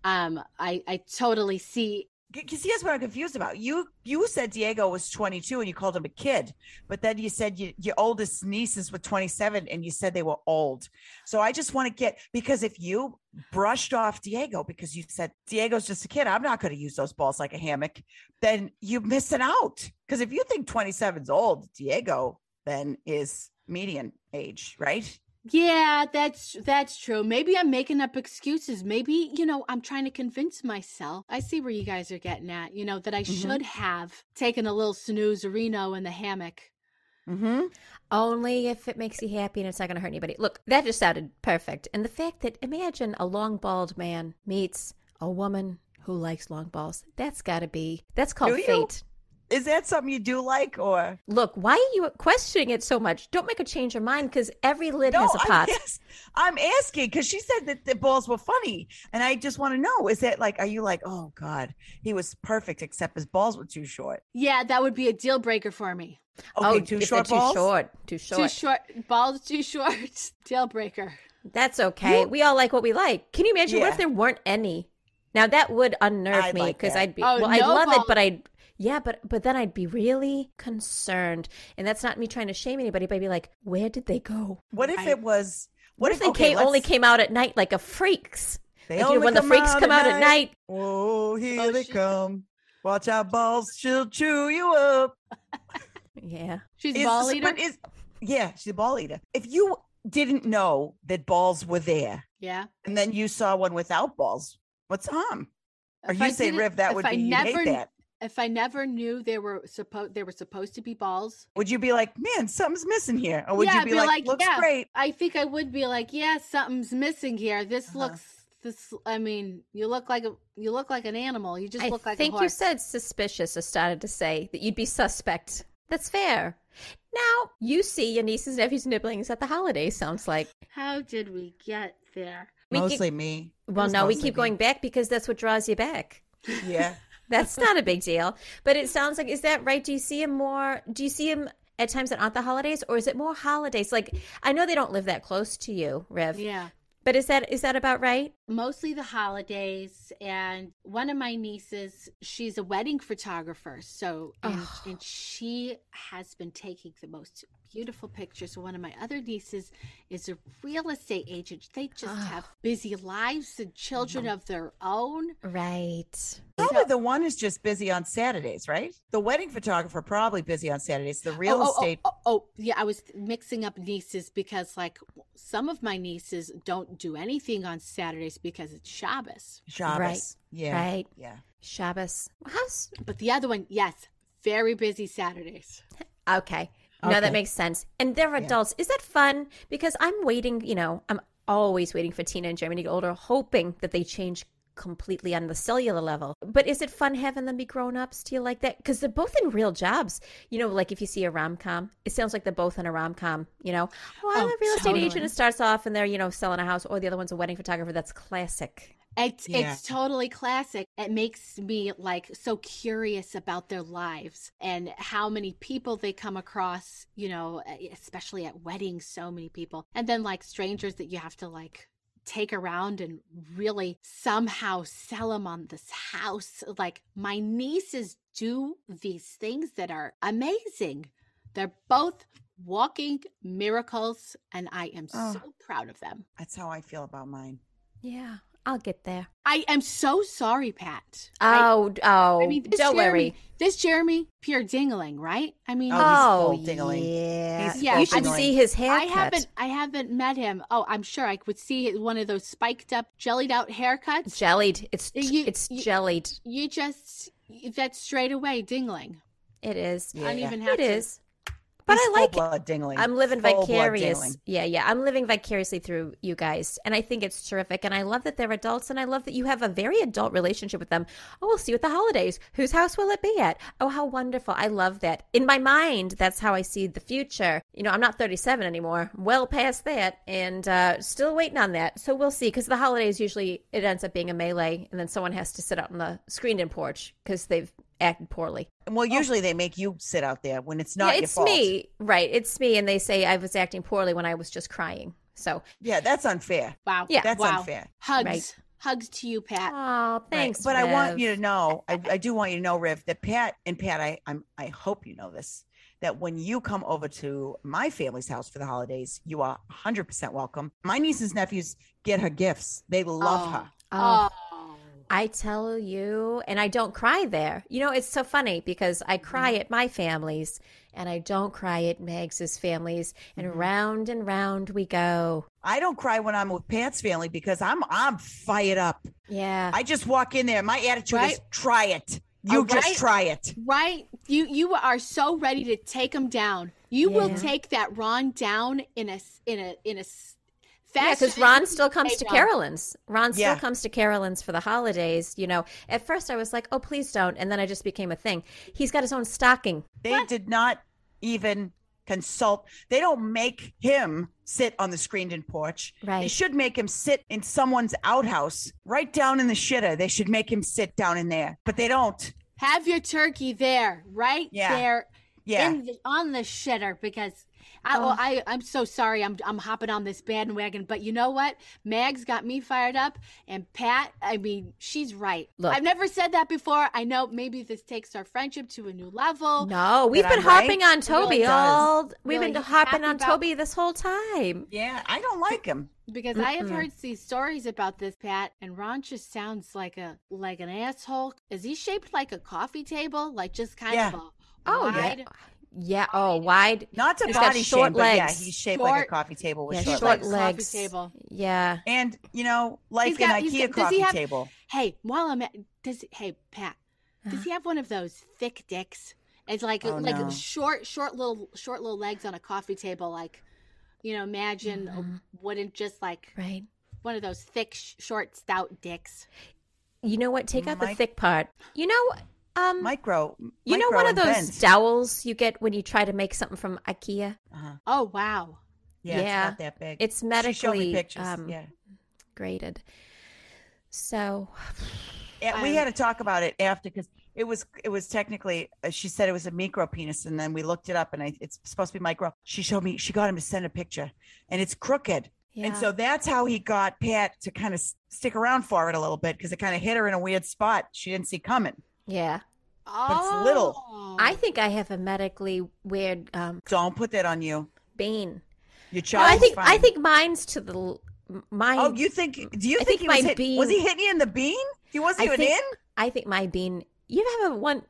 A: um i i totally see
B: Because here's what I'm confused about. You you said Diego was 22 and you called him a kid, but then you said you, your oldest nieces were 27 and you said they were old. So I just want to get because if you brushed off Diego because you said Diego's just a kid, I'm not going to use those balls like a hammock, then you're missing out. Because if you think 27's old, Diego then is median age, right?
A: yeah that's that's true maybe i'm making up excuses maybe you know i'm trying to convince myself i see where you guys are getting at you know that i
B: Mhm.
A: should have taken a little snooze reno in the hammock
B: Mm-hmm.
C: Only if it makes you happy and it's not going to hurt anybody. Look, that just sounded perfect. And the fact that imagine a long bald man meets a woman who likes long balls. That's got to be, that's called
B: Do you?
C: fate.
B: Is that something you do like or
C: Look, why are you questioning it so much? Don't make her change her mind because every lid has a
B: I'm,
C: pot.
B: ask- I'm asking because she said that the balls were funny, and I just want to know: is that like, are you like, oh god, he was perfect except his balls were too short?
A: yeah that would be a deal breaker for me
B: Okay,
C: oh,
B: too
C: if
B: short
C: they're
B: balls.
C: Too short. Too short.
A: too short balls too short deal breaker
C: That's okay. we all like what we like. Can you imagine? What
B: Yeah.
C: if there weren't any? Now that would unnerve
B: I'd
C: me
B: like
C: because
B: that.
C: I'd be
A: Oh,
C: well, I'd
A: no
C: love it,
A: balls.
C: but I'd yeah, but but then I'd be really concerned, and that's not me trying to shame anybody, but I'd be like, where did they go?
B: What if
A: I-
B: it was?
C: What, if, they
B: okay,
C: came, only
B: let's-
C: came out at night like a freaks?
B: They
C: Like, you know, when the freaks come out at night,
B: Oh, here
A: Oh,
B: they
A: shit.
B: come! Watch out, balls! She'll chew you up.
C: yeah,
A: she's
B: Is-
A: ball eater
B: but is- yeah, she's a ball eater. If you didn't know that balls were there,
A: yeah
B: and then you saw one without balls, what's harm? Are
A: If
B: you
A: I
B: saying,
A: didn't-
B: Riv, that
A: if
B: would
A: I
B: be you
A: never-
B: hate that?
A: if i never knew they were supposed they were supposed to be balls
B: Would you be like, man, something's missing here? Or would
A: Yeah,
B: you be,
A: be
B: like,
A: like,
B: looks
A: yeah.
B: great?
A: I think I would be like, yeah, something's missing here. This
B: Uh-huh.
A: looks this I mean, you look like a you look like an animal. You just
C: I
A: look like
C: think
A: a
C: you
A: horse.
C: said suspicious. I started to say that you'd be suspect. That's fair. Now you see your nieces, nephews, nibblings at the holidays. Sounds like.
A: How did we get there?
C: We get-
B: mostly me. It
C: Well,
B: was
C: no, we
B: mostly
C: keep
B: me.
C: going back because that's what draws you back.
B: Yeah.
C: That's not a big deal. But it sounds like, is that right? Do you see him more? Do you see him at times that aren't the holidays, or is it more holidays? Like, I know they don't live that close to you, Rev.
A: Yeah.
C: But is that is that about right?
A: mostly the holidays. And one of my nieces, she's a wedding photographer. So, and,
C: Oh.
A: and she has been taking the most beautiful pictures. One of my other nieces is a real estate agent. They just
C: Oh.
A: have busy lives and children of their own.
C: Right.
B: Probably the one is just busy on Saturdays, right? The wedding photographer probably busy on Saturdays. The real
A: oh, oh,
B: estate.
A: Oh, oh, oh, yeah, I was mixing up nieces because, like, some of my nieces don't do anything on Saturdays because it's Shabbos.
B: Shabbos.
C: Right.
B: Yeah.
C: Right.
B: Yeah.
C: Shabbos. How's
A: But the other one, yes, very busy Saturdays.
C: Okay. No,
B: Okay.
C: that makes sense. And they're adults. Is that fun? Because I'm waiting, you know, I'm always waiting for Tina and Jeremy to get older, hoping that they change completely on the cellular level. But is it fun having them be grown ups? Do you like that? Because they're both in real jobs. You know, like if you see a rom com, it sounds like they're both in a rom com, you know. Oh, I'm
A: Oh,
C: a real estate
A: totally.
C: agent. It starts off and they're, you know, selling a house, or the other one's a wedding photographer. That's classic.
A: It's
B: Yeah.
A: it's totally classic. It makes me like so curious about their lives and how many people they come across, you know, e, especially at weddings, so many people. And then like strangers that you have to like take around and really somehow sell them on this house. Like my nieces do these things that are amazing. They're both walking miracles and I am
B: Oh.
A: so proud of them.
B: That's how I feel about mine.
C: Yeah, I'll get there.
A: I am so sorry, Pat. I-
C: Oh, oh,
A: I mean, this
C: don't
A: Jeremy,
C: worry.
A: This Jeremy, pure dingling, right? I mean,
B: Oh, he's
C: Oh,
B: full dingling.
C: yeah.
B: He's
A: Yeah, full
C: you should
A: dingling.
C: see his
A: I
C: haircut.
A: haven't, I haven't met him. Oh, I'm sure I could see one of those spiked up, jellied out haircuts.
C: jellied. It's
A: You-
C: it's
A: you-
C: jellied.
A: you just that's straight away dingling.
C: It is.
A: I don't
B: Yeah.
A: even have
C: It
A: to.
C: is. But
B: He's
C: I like it.
B: full-blood dingling.
C: I'm living
B: Full-blood
C: vicarious.
B: dingling.
C: Yeah, yeah. I'm living vicariously through you guys. And I think it's terrific. And I love that they're adults. And I love that you have a very adult relationship with them. Oh, we'll see you at the holidays. Whose house will it be at? Oh, how wonderful. I love that. In my mind, that's how I see the future. You know, I'm not 37 anymore, well past that, and uh, still waiting on that. So we'll see. Because the holidays usually it ends up being a melee. And then someone has to sit out on the screened in porch because they've acted poorly.
B: Well, usually they make you sit out there when it's not
C: Oh. yeah,
B: your
C: it's
B: fault.
C: me, right? It's me, and they say I was acting poorly when I was just crying. So,
B: Yeah, that's unfair.
A: Wow.
C: Yeah.
B: That's
A: wow.
B: unfair.
A: Hugs,
C: Right.
A: hugs to you, Pat.
C: oh, thanks.
B: But I want you
C: Rev.
B: to know, I, I do want you to know, Riv, that Pat and Pat, I, I'm, I hope you know this, that when you come over to my family's house for the holidays, you are 100% welcome. My nieces nephews get her gifts. They love her.
A: Oh.
C: Oh, I tell you, and I don't cry there. You know, it's so funny because I cry
B: Mm-hmm.
C: at my family's, and I don't cry at Meg's family's, and
B: Mm-hmm.
C: round and round we go.
B: I don't cry when I'm with Pat's family because I'm, I'm fired up.
C: Yeah,
B: I just walk in there. My attitude is
A: Right.
B: try it. You
A: All
B: just
A: right.
B: try it.
A: Right? You you are so ready to take him down. You will
C: Yeah.
A: take that Ron down in a s- in a in a s-
C: Yeah,
A: fashion.
C: because Ron still comes
A: Hey,
C: to
A: Ron.
C: Carolyn's. Ron still
B: Yeah.
C: comes to Carolyn's for the holidays. You know, at first I was like, oh, please don't. And then I just became a thing. He's got his own stocking.
B: They did not even consult. They don't make him sit on the screened-in porch. They
C: Right.
B: should make him sit in someone's outhouse, right down in the shitter. They should make him sit down in there, but they don't.
A: have your turkey there, right
B: Yeah.
A: there,
B: Yeah,
A: in the, on the shitter. Because I, well, I, I'm so sorry, I'm I'm hopping on this bandwagon, but you know what? Mag's got me fired up, and Pat, I mean, she's right.
C: Look.
A: I've never said that before. I know maybe this takes our friendship to a new level.
C: No, we've
B: But
C: been
B: I'm
C: harping
B: right.
C: on Toby
B: does.
C: all. We've
A: Really,
C: been
A: he's
C: harping
A: happy
C: on
A: about-
C: Toby this whole time.
B: yeah. I don't like him.
A: because I have heard these stories about this Pat and Ron just sounds like a like an asshole. Is he shaped like a coffee table? Like just kind
B: Yeah.
A: of a
C: Oh
A: wide,
C: yeah, yeah. Oh, wide.
B: Not to
C: He's got
B: body
C: short
B: shame, but yeah,
C: legs.
B: he's shaped like
A: Short-
B: a coffee table with
C: Yeah,
B: short,
C: short
B: legs.
A: legs.
C: legs.
A: Coffee table.
C: Yeah.
B: And you know, like
A: He's got-
B: an
A: he's
B: IKEA
A: got- does he
B: coffee
A: have-
B: table.
A: Hey, while I'm at does hey Pat, does he have one of those thick dicks? It's like
B: Uh-huh. Oh,
A: like
B: no.
A: short short little short little legs on a coffee table. Like you know, imagine
B: Uh-huh.
A: a, wouldn't just like
C: Right.
A: one of those thick sh- short stout dicks.
C: You know what? Take out the
B: Mike-
C: thick part. You know, um,
B: Micro.
C: you know
B: micro
C: one of those
B: and bent.
C: dowels you get when you try to make something from IKEA.
B: Uh-huh.
A: Oh wow.
B: Yeah,
C: Yeah.
B: it's not that big.
C: It's
B: She showed me
C: medically,
B: pictures.
C: um,
B: yeah.
C: Graded. So
B: Yeah, we
A: Um,
B: had to talk about it after because it was it was technically uh, she said it was a micro penis, and then we looked it up, and I, it's supposed to be micro. She showed me she got him to send a picture, and it's crooked. And so that's how he got Pat to kind of s- stick around for it a little bit because it kind of hit her in a weird spot she didn't see coming.
C: yeah.
B: But it's little.
A: Oh.
C: I think I have a medically weird um,
B: Don't put that on you.
C: bane.
B: Your
C: No,
B: child.
C: I think I think mine's to the l- mine.
B: Oh, you think? Do you
C: I
B: think,
C: think
B: he was
C: my
B: hit,
C: bean-
B: Was he hitting you in the bean? He wasn't
C: I
B: even
C: think
B: in.
C: I think my bean. You have a one.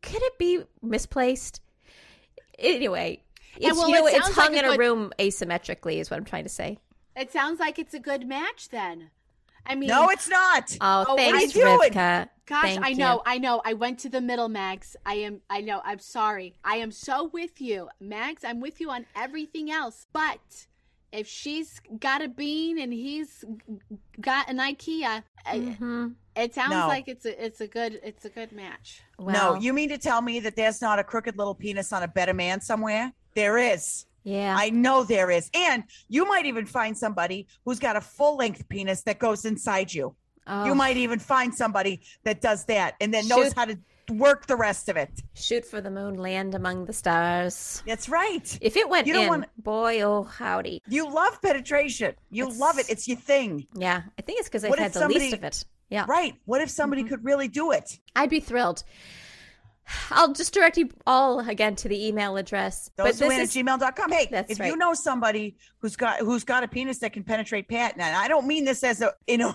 C: Could it be misplaced? Anyway, it's,
A: well,
C: you know,
A: it
C: it's
A: sounds
C: hung
A: like
C: in
A: a
C: a
A: good-
C: room asymmetrically, is what I'm trying to say.
A: It sounds like it's a good match then. I mean,
B: No, it's not.
C: Oh,
A: Oh, what are
C: thanks,
B: you doing?
C: Rivka.
A: gosh,
C: Thank
A: I
C: you.
A: know, I know. I went to the middle, Mags. I am, I know, I'm sorry. I am so with you, Mags. I'm with you on everything else. But if she's got a bean and he's got an IKEA, I
C: Mhm.
A: it sounds
B: Mm. No.
A: like it's a, it's a good, it's a good match.
B: No,
C: Well,
B: you mean to tell me that there's not a crooked little penis on a bed of man somewhere? There is.
C: yeah.
B: I know there is. And you might even find somebody who's got a full length penis that goes inside you.
C: Oh,
B: You might even find somebody that does that and then knows
C: Shoot.
B: how to work the rest of it.
C: shoot for the moon, land among the stars.
B: That's right.
C: If it went
B: You don't
C: in,
B: want-
C: boy, oh howdy.
B: You love penetration. You
C: It's-
B: love it. It's your thing.
C: Yeah, I think it's because I've
B: What if
C: had the
B: somebody-
C: least of it. Yeah, Mm-hmm.
B: Right. What if somebody could really do it?
C: I'd be thrilled. I'll just direct you all again to the email address.
B: Those who
C: but
B: win
C: this
B: at
C: is,
B: gmail.com. Hey,
C: That's
B: if you
C: right.
B: know somebody who's got who's got a penis that can penetrate Pat, and I don't mean this as a you know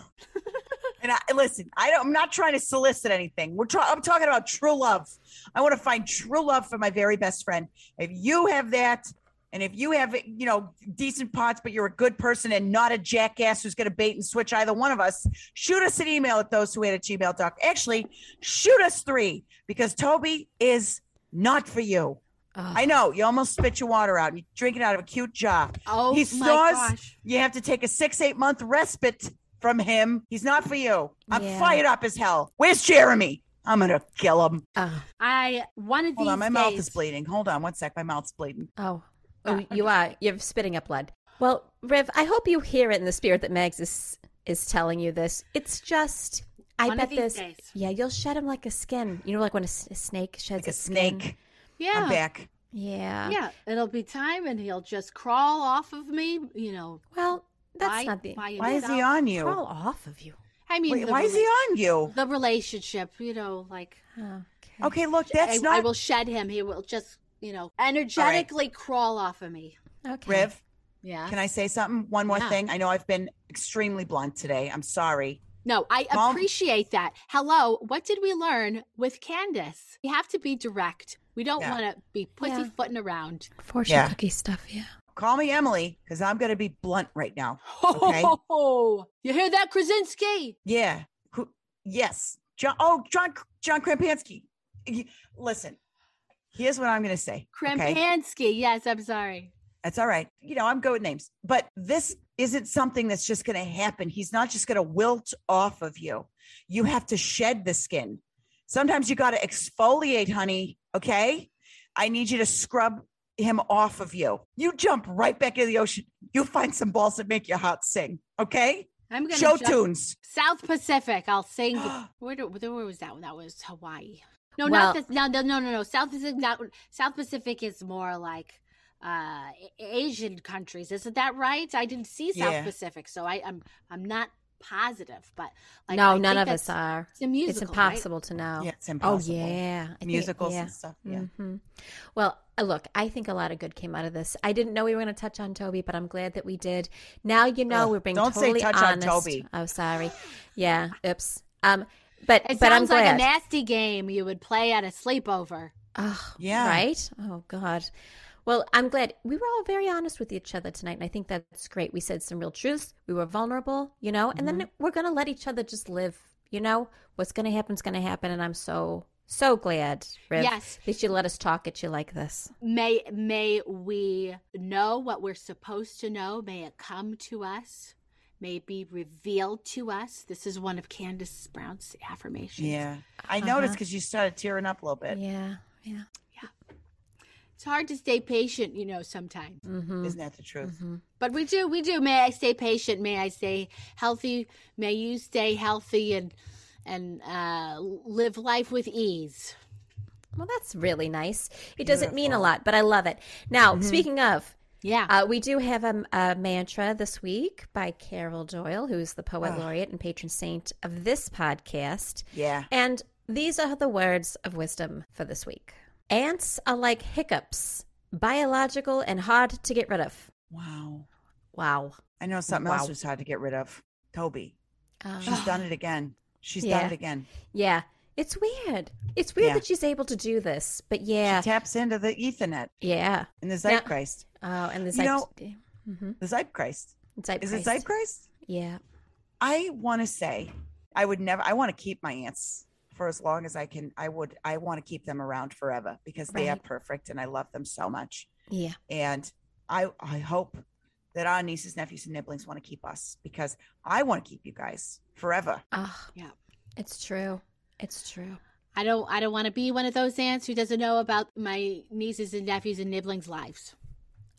B: and I listen, I don't I'm not trying to solicit anything. We're tra- I'm talking about true love. I want to find true love for my very best friend. If you have that, and if you have you know decent pots, but you're a good person and not a jackass who's gonna bait and switch either one of us, shoot us an email at those who at gmail.com. Actually, shoot us three because Toby is not for you.
C: Oh,
B: I know you almost spit your water out. You drink it out of a cute jar.
A: Oh
B: He
A: my
B: snores.
A: gosh.
B: You have to take a six, eight month respite from him. He's not for you. I'm
C: Yeah.
B: fired up as hell. Where's Jeremy? I'm gonna kill him.
C: oh,
A: I one of
B: Hold
A: these
B: on, my mouth
A: days-
B: is bleeding. Hold on, one sec. My mouth's bleeding.
C: oh,
A: Ah,
C: Oh, you are. You're spitting up blood. Well, Riv, I hope you hear it in the spirit that Megs is is telling you this. It's just, I
A: One of
C: bet
A: these
C: this.
A: days.
C: Yeah, you'll shed him like a skin. You know, like when a, s- a snake sheds
B: Like a
C: its skin?
B: snake. I'm
A: Yeah.
B: back.
C: Yeah.
A: Yeah, it'll be time and he'll just crawl off of me, you know.
C: Well, that's
A: by-
C: not the.
A: by
B: Why is he
A: himself.
B: on you?
C: Crawl off of you.
A: I mean,
B: Wait,
A: the
B: why is he
A: rela-
B: on you?
A: The relationship, you know, like
C: Okay.
B: Okay, look, that's
A: I,
B: not
A: I will shed him. He will just, you know, energetically crawl off of me.
C: Okay.
B: Riv.
A: Yeah.
B: Can I say something? One more
A: Yeah.
B: thing. I know I've been extremely blunt today. I'm sorry.
A: no, I
B: Mom-
A: appreciate that. Hello, what did we learn with Candace? We have to be direct. We don't
B: Yeah.
A: want to be
C: Yeah.
A: pussyfooting around.
C: Fortune
B: Yeah.
C: cookie stuff. Yeah.
B: Call me Emily because I'm gonna be blunt right now. Okay.
A: Oh, you hear that, Krasinski?
B: Yeah. Who, yes. John. Oh, John. John Krampansky. Y- Listen. Here's what I'm going to say. Okay.
A: Krampansky. Yes, I'm sorry.
B: That's all right. You know, I'm good with names, but this isn't something that's just going to happen. He's not just going to wilt off of you. You have to shed the skin. Sometimes you got to exfoliate, honey. Okay. I need you to scrub him off of you. You jump right back into the ocean. You find some balls that make your heart sing. Okay.
A: I'm gonna
B: Show
A: jump-
B: tunes.
A: South Pacific. I'll sing. where, do, where was that one? That was Hawaii. No, not
C: Well-
A: this. No, no, no, no, no. South Pacific. Not, South Pacific is more like uh A- Asian countries. Isn't that right? I didn't see South
B: Yeah.
A: Pacific, so I, I'm I'm not positive. But like,
C: no,
A: I
C: none
A: think
C: of us
A: that's-
C: are.
A: It's a musical.
C: it's
A: right?
C: impossible to know.
B: Yeah, it's
C: Oh
B: impossible.
C: yeah, I think-
B: musicals
C: yeah.
B: and stuff. Yeah.
C: Mhm. Well, uh, look, I think a lot of good came out of this. I didn't know we were going to touch on Toby, but I'm glad that we did. Now you know
B: Ugh,
C: we're being
B: don't say
C: totally
B: touch on
C: honest.
B: Toby.
C: Oh, sorry. Yeah. Oops. Um. But
A: It
C: but I'm
A: sounds like
C: glad.
A: a nasty game you would play at a sleepover.
C: Oh,
B: Yeah.
C: Right? Oh, God. Well, I'm glad we were all very honest with each other tonight. And I think that's great. We said some real truths. We were vulnerable, you know, and then
B: Mm-hmm.
C: we're going to let each other just live, you know, what's going to happen is going to happen. And I'm so, so glad, Riv,
A: Yes.
C: that you let us talk at you like this.
A: May may we know what we're supposed to know. May it come to us. May it be revealed to us. This is one of Candace Brown's affirmations.
B: Yeah. I
C: Uh-huh.
B: noticed because you started tearing up a little bit.
C: Yeah. Yeah.
A: It's hard to stay patient, you know, sometimes.
C: Mm-hmm.
B: Isn't that the truth?
C: hmm
A: But we do, we do. May I stay patient? May I stay healthy? May you stay healthy and and uh, live life with ease.
C: Well, that's really nice. It doesn't mean a
B: Beautiful. Mm-hmm.
C: lot, but I love it. Now, speaking of,
A: Yeah.
C: Uh, we do have a, a mantra this week by Carol Doyle, who's the poet
B: Ah.
C: laureate and patron saint of this podcast.
B: Yeah.
C: And these are the words of wisdom for this week Ants are like hiccups, biological and hard to get rid of.
B: Wow.
C: Wow.
B: I know something
C: Wow.
B: else was hard to get rid of. Toby.
C: Um,
B: She's done it again. She's
C: Yeah.
B: done it again.
C: yeah. It's weird. It's weird
B: Yeah.
C: that she's able to do this, but yeah.
B: She taps into the Ethernet
C: yeah.
B: and the
C: Now-
B: Zeitgeist.
C: Oh, and the
B: You know-
C: Zeit- Mhm.
B: The Zeitgeist. Is it
C: Zeitgeist.
B: Zeitgeist?
C: Yeah.
B: I want to say I would never, I want to keep my ants for as long as I can. I would, I want to keep them around forever because they are
C: Right.
B: perfect and I love them so much.
C: Yeah.
B: And I, I hope that our nieces, nephews, and nibblings want to keep us because I want to keep you guys forever.
C: Oh,
A: Yeah.
C: It's true. It's true.
A: I don't I don't want to be one of those aunts who doesn't know about my nieces and nephews and nibblings lives.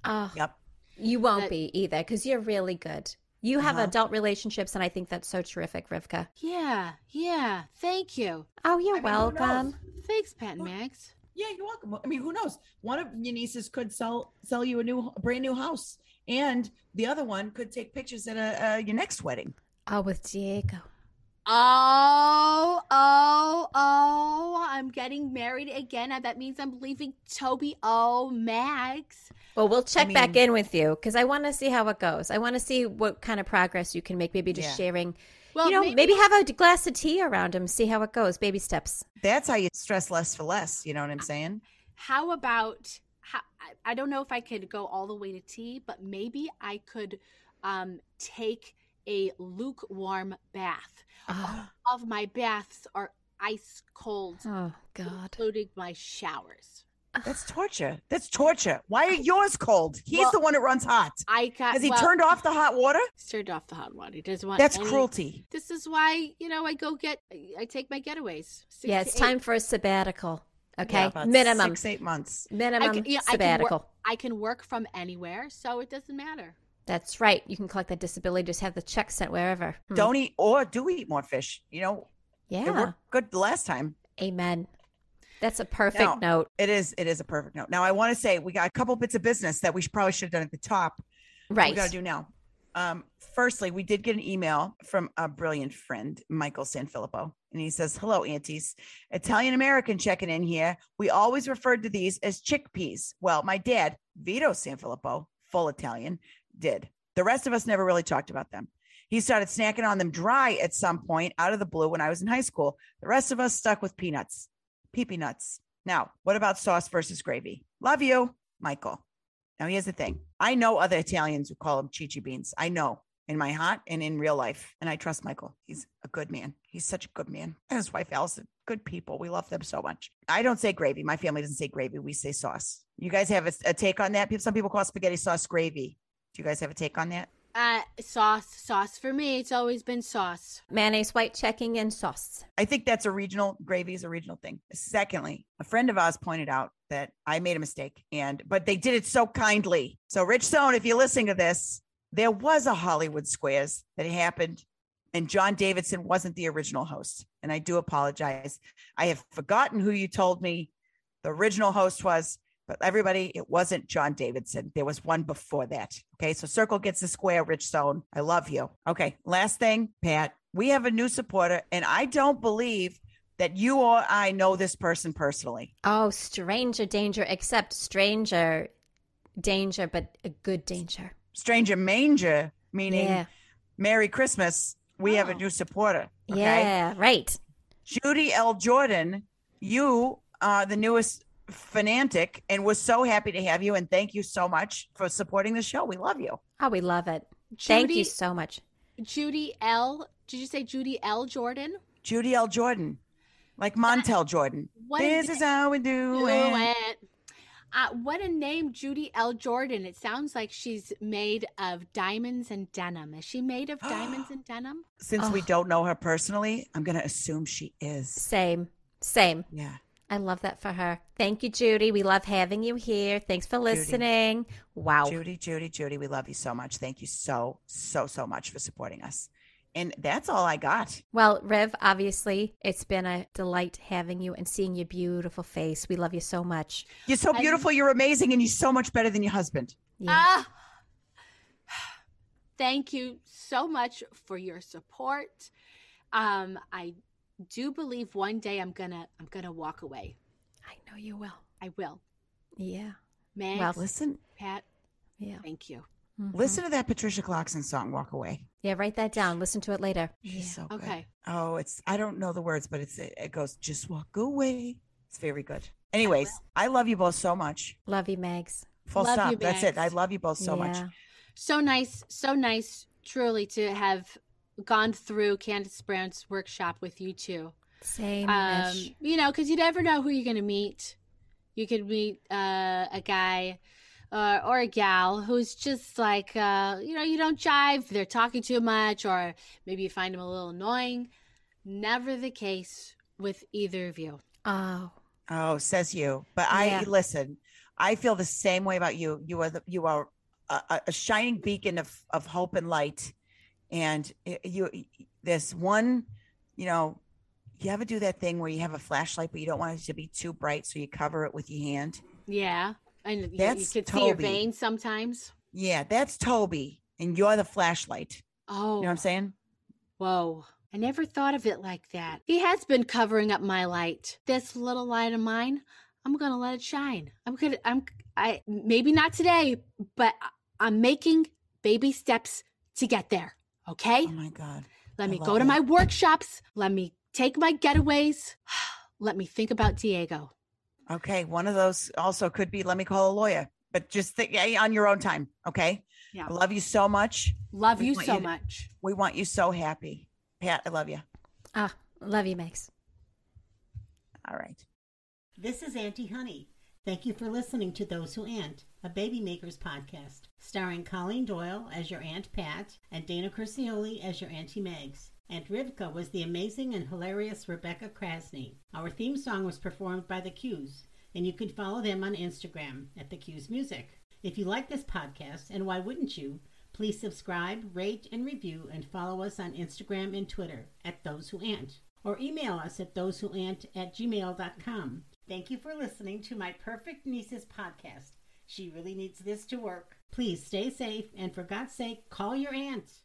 C: Oh,
B: Yep.
C: you won't
A: That-
C: be either because you're really good. You have
B: Uh-huh.
C: adult relationships, and I think that's so terrific, Rivka.
A: Yeah, yeah. Thank you.
C: Oh, you're
D: I mean, who knows?
C: welcome.
A: Thanks, Pat and
D: Well,
A: Max.
D: Yeah, you're welcome. I mean, who knows? One of your nieces could sell sell you a new, a brand new house, and the other one could take pictures at a, uh, your next wedding.
C: Oh, with Diego.
A: Oh, oh, oh. I'm getting married again. Uh, That means I'm leaving Toby. Oh, Max.
C: Well, we'll check back
B: mean-
C: in with you because I want to see how it goes. I want to see what kind of progress you can make. Maybe just
B: Yeah.
C: sharing,
A: Well,
C: you know, maybe, have a glass of tea around him, see how it goes. Baby steps.
B: That's how you stress less for less. You know what I'm saying?
A: how about how, I- I don't know if I could go all the way to tea, but maybe I could um take a lukewarm bath.
C: Oh,
A: All of my baths are ice cold,
C: oh God.
A: including my showers.
B: That's torture. That's torture. Why are yours cold? He's
A: Well-
B: the one that runs hot.
A: I
C: uh,
A: got
B: Has he
A: well,
B: turned off the hot water?
A: stirred off the hot water. He doesn't want
B: That's
A: any-
B: cruelty.
A: This is why you know I go get I take my getaways. Six
C: Yeah,
A: to
C: it's
A: eight.
C: time for a sabbatical.
B: Yeah,
C: Okay,
B: about
C: minimum,
B: six eight months.
C: minimum
A: I can- yeah, I can
C: sabbatical.
A: work- I can work from anywhere, so it doesn't matter.
C: That's right. You can collect that disability. Just have the check sent wherever. Hmm.
B: Don't eat or do eat more fish. You know,
C: Yeah.
B: it worked good the last time.
C: Amen. That's a perfect
B: Now-
C: note.
B: It is. It is a perfect note. Now I want to say we got a couple bits of business that we should probably should have done at the top.
C: Right.
B: We got to do now. Um, firstly, we did get an email from a brilliant friend, Michael Sanfilippo, and he says, "Hello, aunties, Italian American checking in here. We always referred to these as chickpeas. Well, my dad, Vito Sanfilippo, full Italian, did. The rest of us never really talked about them. He started snacking on them dry at some point out of the blue when I was in high school. The rest of us stuck with peanuts, peepee nuts. Now, what about sauce versus gravy? Love you, Michael." Now, here's the thing I know other Italians who call them chichi beans. I know in my heart and in real life. And I trust Michael. He's a good man. He's such a good man. And his wife, Allison, good people. We love them so much. I don't say gravy. My family doesn't say gravy. We say sauce. You guys have a, a take on that? People- Some people call spaghetti sauce gravy. Do you guys have a take on that?
A: Uh, sauce, sauce for me. It's always been sauce.
C: Mayonnaise, white checking, and sauce.
B: I think that's a regional gravy is a regional thing. Secondly, a friend of ours pointed out that I made a mistake and but they did it so kindly. So Rich Stone, if you're listening to this, there was a Hollywood Squares that happened and John Davidson wasn't the original host. And I do apologize. I have forgotten who you told me the original host was, but everybody, it wasn't John Davidson. There was one before that. Okay. So Circle gets the square, Rich Stone. I love you. Okay. Last thing, Pat, we have a new supporter, and I don't believe that you or I know this person personally.
C: Oh, stranger danger, except stranger danger, but a good danger.
B: Stranger Manger, meaning
C: Yeah.
B: Merry Christmas. We have a
A: Oh.
B: new supporter. Okay.
C: Yeah. Right.
B: Judy L. Jordan, you are the newest fanatic, and we're so happy to have you. And thank you so much for supporting the show. We love you.
C: Oh, we love it.
A: Judy,
C: Thank you so much.
A: Judy L. Did you say Judy L. Jordan?
B: Judy L. Jordan, like Montel Jordan.
A: What
B: this is how we do it.
A: Uh, what a name, Judy L. Jordan. It sounds like she's made of diamonds and denim. Is she made of diamonds and denim?
B: Since we
C: Oh.
B: don't know her personally, I'm going to assume she is.
C: Same. Same.
B: Yeah.
C: I love that for her. Thank you, Judy. We love having you here. Thanks for listening. Wow.
B: Judy, Judy, Judy, we love you so much. Thank you so, so, so much for supporting us. And that's all I got.
C: Well, Rev, obviously, it's been a delight having you and seeing your beautiful face. We love you so much.
B: You're so
A: I-
B: beautiful. You're amazing. And you're so much better than your husband.
A: Ah. Thank you so much for your support. Um, I do believe one day I'm gonna I'm gonna walk away.
C: I know you will.
A: I will.
C: Yeah.
A: Max,
C: Well,
B: Listen,
A: Pat,
C: Yeah.
A: thank you.
C: Mhm.
B: listen to that Patricia Clarkson song, Walk Away.
C: Yeah, write that down. Listen to it later.
B: She's
C: Yeah.
B: so good.
A: Okay.
B: Oh, it's I don't know the words, but it's it, it goes just walk away. It's very good. Anyways, I, love you both so much.
C: Love you, Megs.
B: Full
A: Love
B: stop.
A: you,
B: That's it. I
A: Max.
B: love you both so much.
C: Yeah.
A: So nice, so nice, truly to have gone through Candace Brown's workshop with you two.
C: Same.
A: Um,
C: ish.
A: you know, because you never know who you're gonna meet. You could meet uh, a guy uh, or a gal who's just like uh, you know you don't jive. They're talking too much, or maybe you find them a little annoying. Never the case with either of you.
C: Oh,
B: Oh, says you. But
C: Yeah.
B: I listen. I feel the same way about you. You are the, you are a, a- a shining beacon of of hope and light. And i- you this one, you know, you ever do that thing where you have a flashlight but you don't want it to be too bright so you cover it with your hand?
A: Yeah, and you, you
B: That's
A: could see your
B: Toby.
A: veins sometimes.
B: Yeah, that's Toby and you're the flashlight.
A: Oh,
B: You know what I'm saying?
A: Whoa, I never thought of it like that. He has been covering up my light. This little light of mine, I'm going to let it shine. I'm going to, I'm, I, maybe not today, but I- I'm making baby steps to get there. Okay.
B: Oh my god.
A: Let
B: I
A: me
B: love
A: go to
B: it.
A: my workshops. Let me take my getaways. Let me think about Diego.
B: Okay, one of those also could be let me call a lawyer, but just think yeah, on your own time, okay?
A: Yeah.
B: I love you so much.
A: Love
B: We
A: you
B: want
A: so
B: you to-
A: much.
B: We want you so happy. Pat, I love you.
C: ah, love you, Megs.
B: All right.
E: This is Auntie Honey. Thank you for listening to Those Who Ant, a Baby Makers podcast, starring Colleen Doyle as your Aunt Pat and Dana Curcioli as your Auntie Megs. Aunt Rivka was the amazing and hilarious Rebecca Krasny. Our theme song was performed by The Q's, and you can follow them on Instagram at The Q's Music. If you like this podcast, and why wouldn't you, please subscribe, rate, and review, and follow us on Instagram and Twitter at Those Who Ant, or email us at thosewhoant at gmail.com. Thank you for listening to my Perfect Nieces podcast. She really needs this to work. Please stay safe, and for God's sake, call your aunt.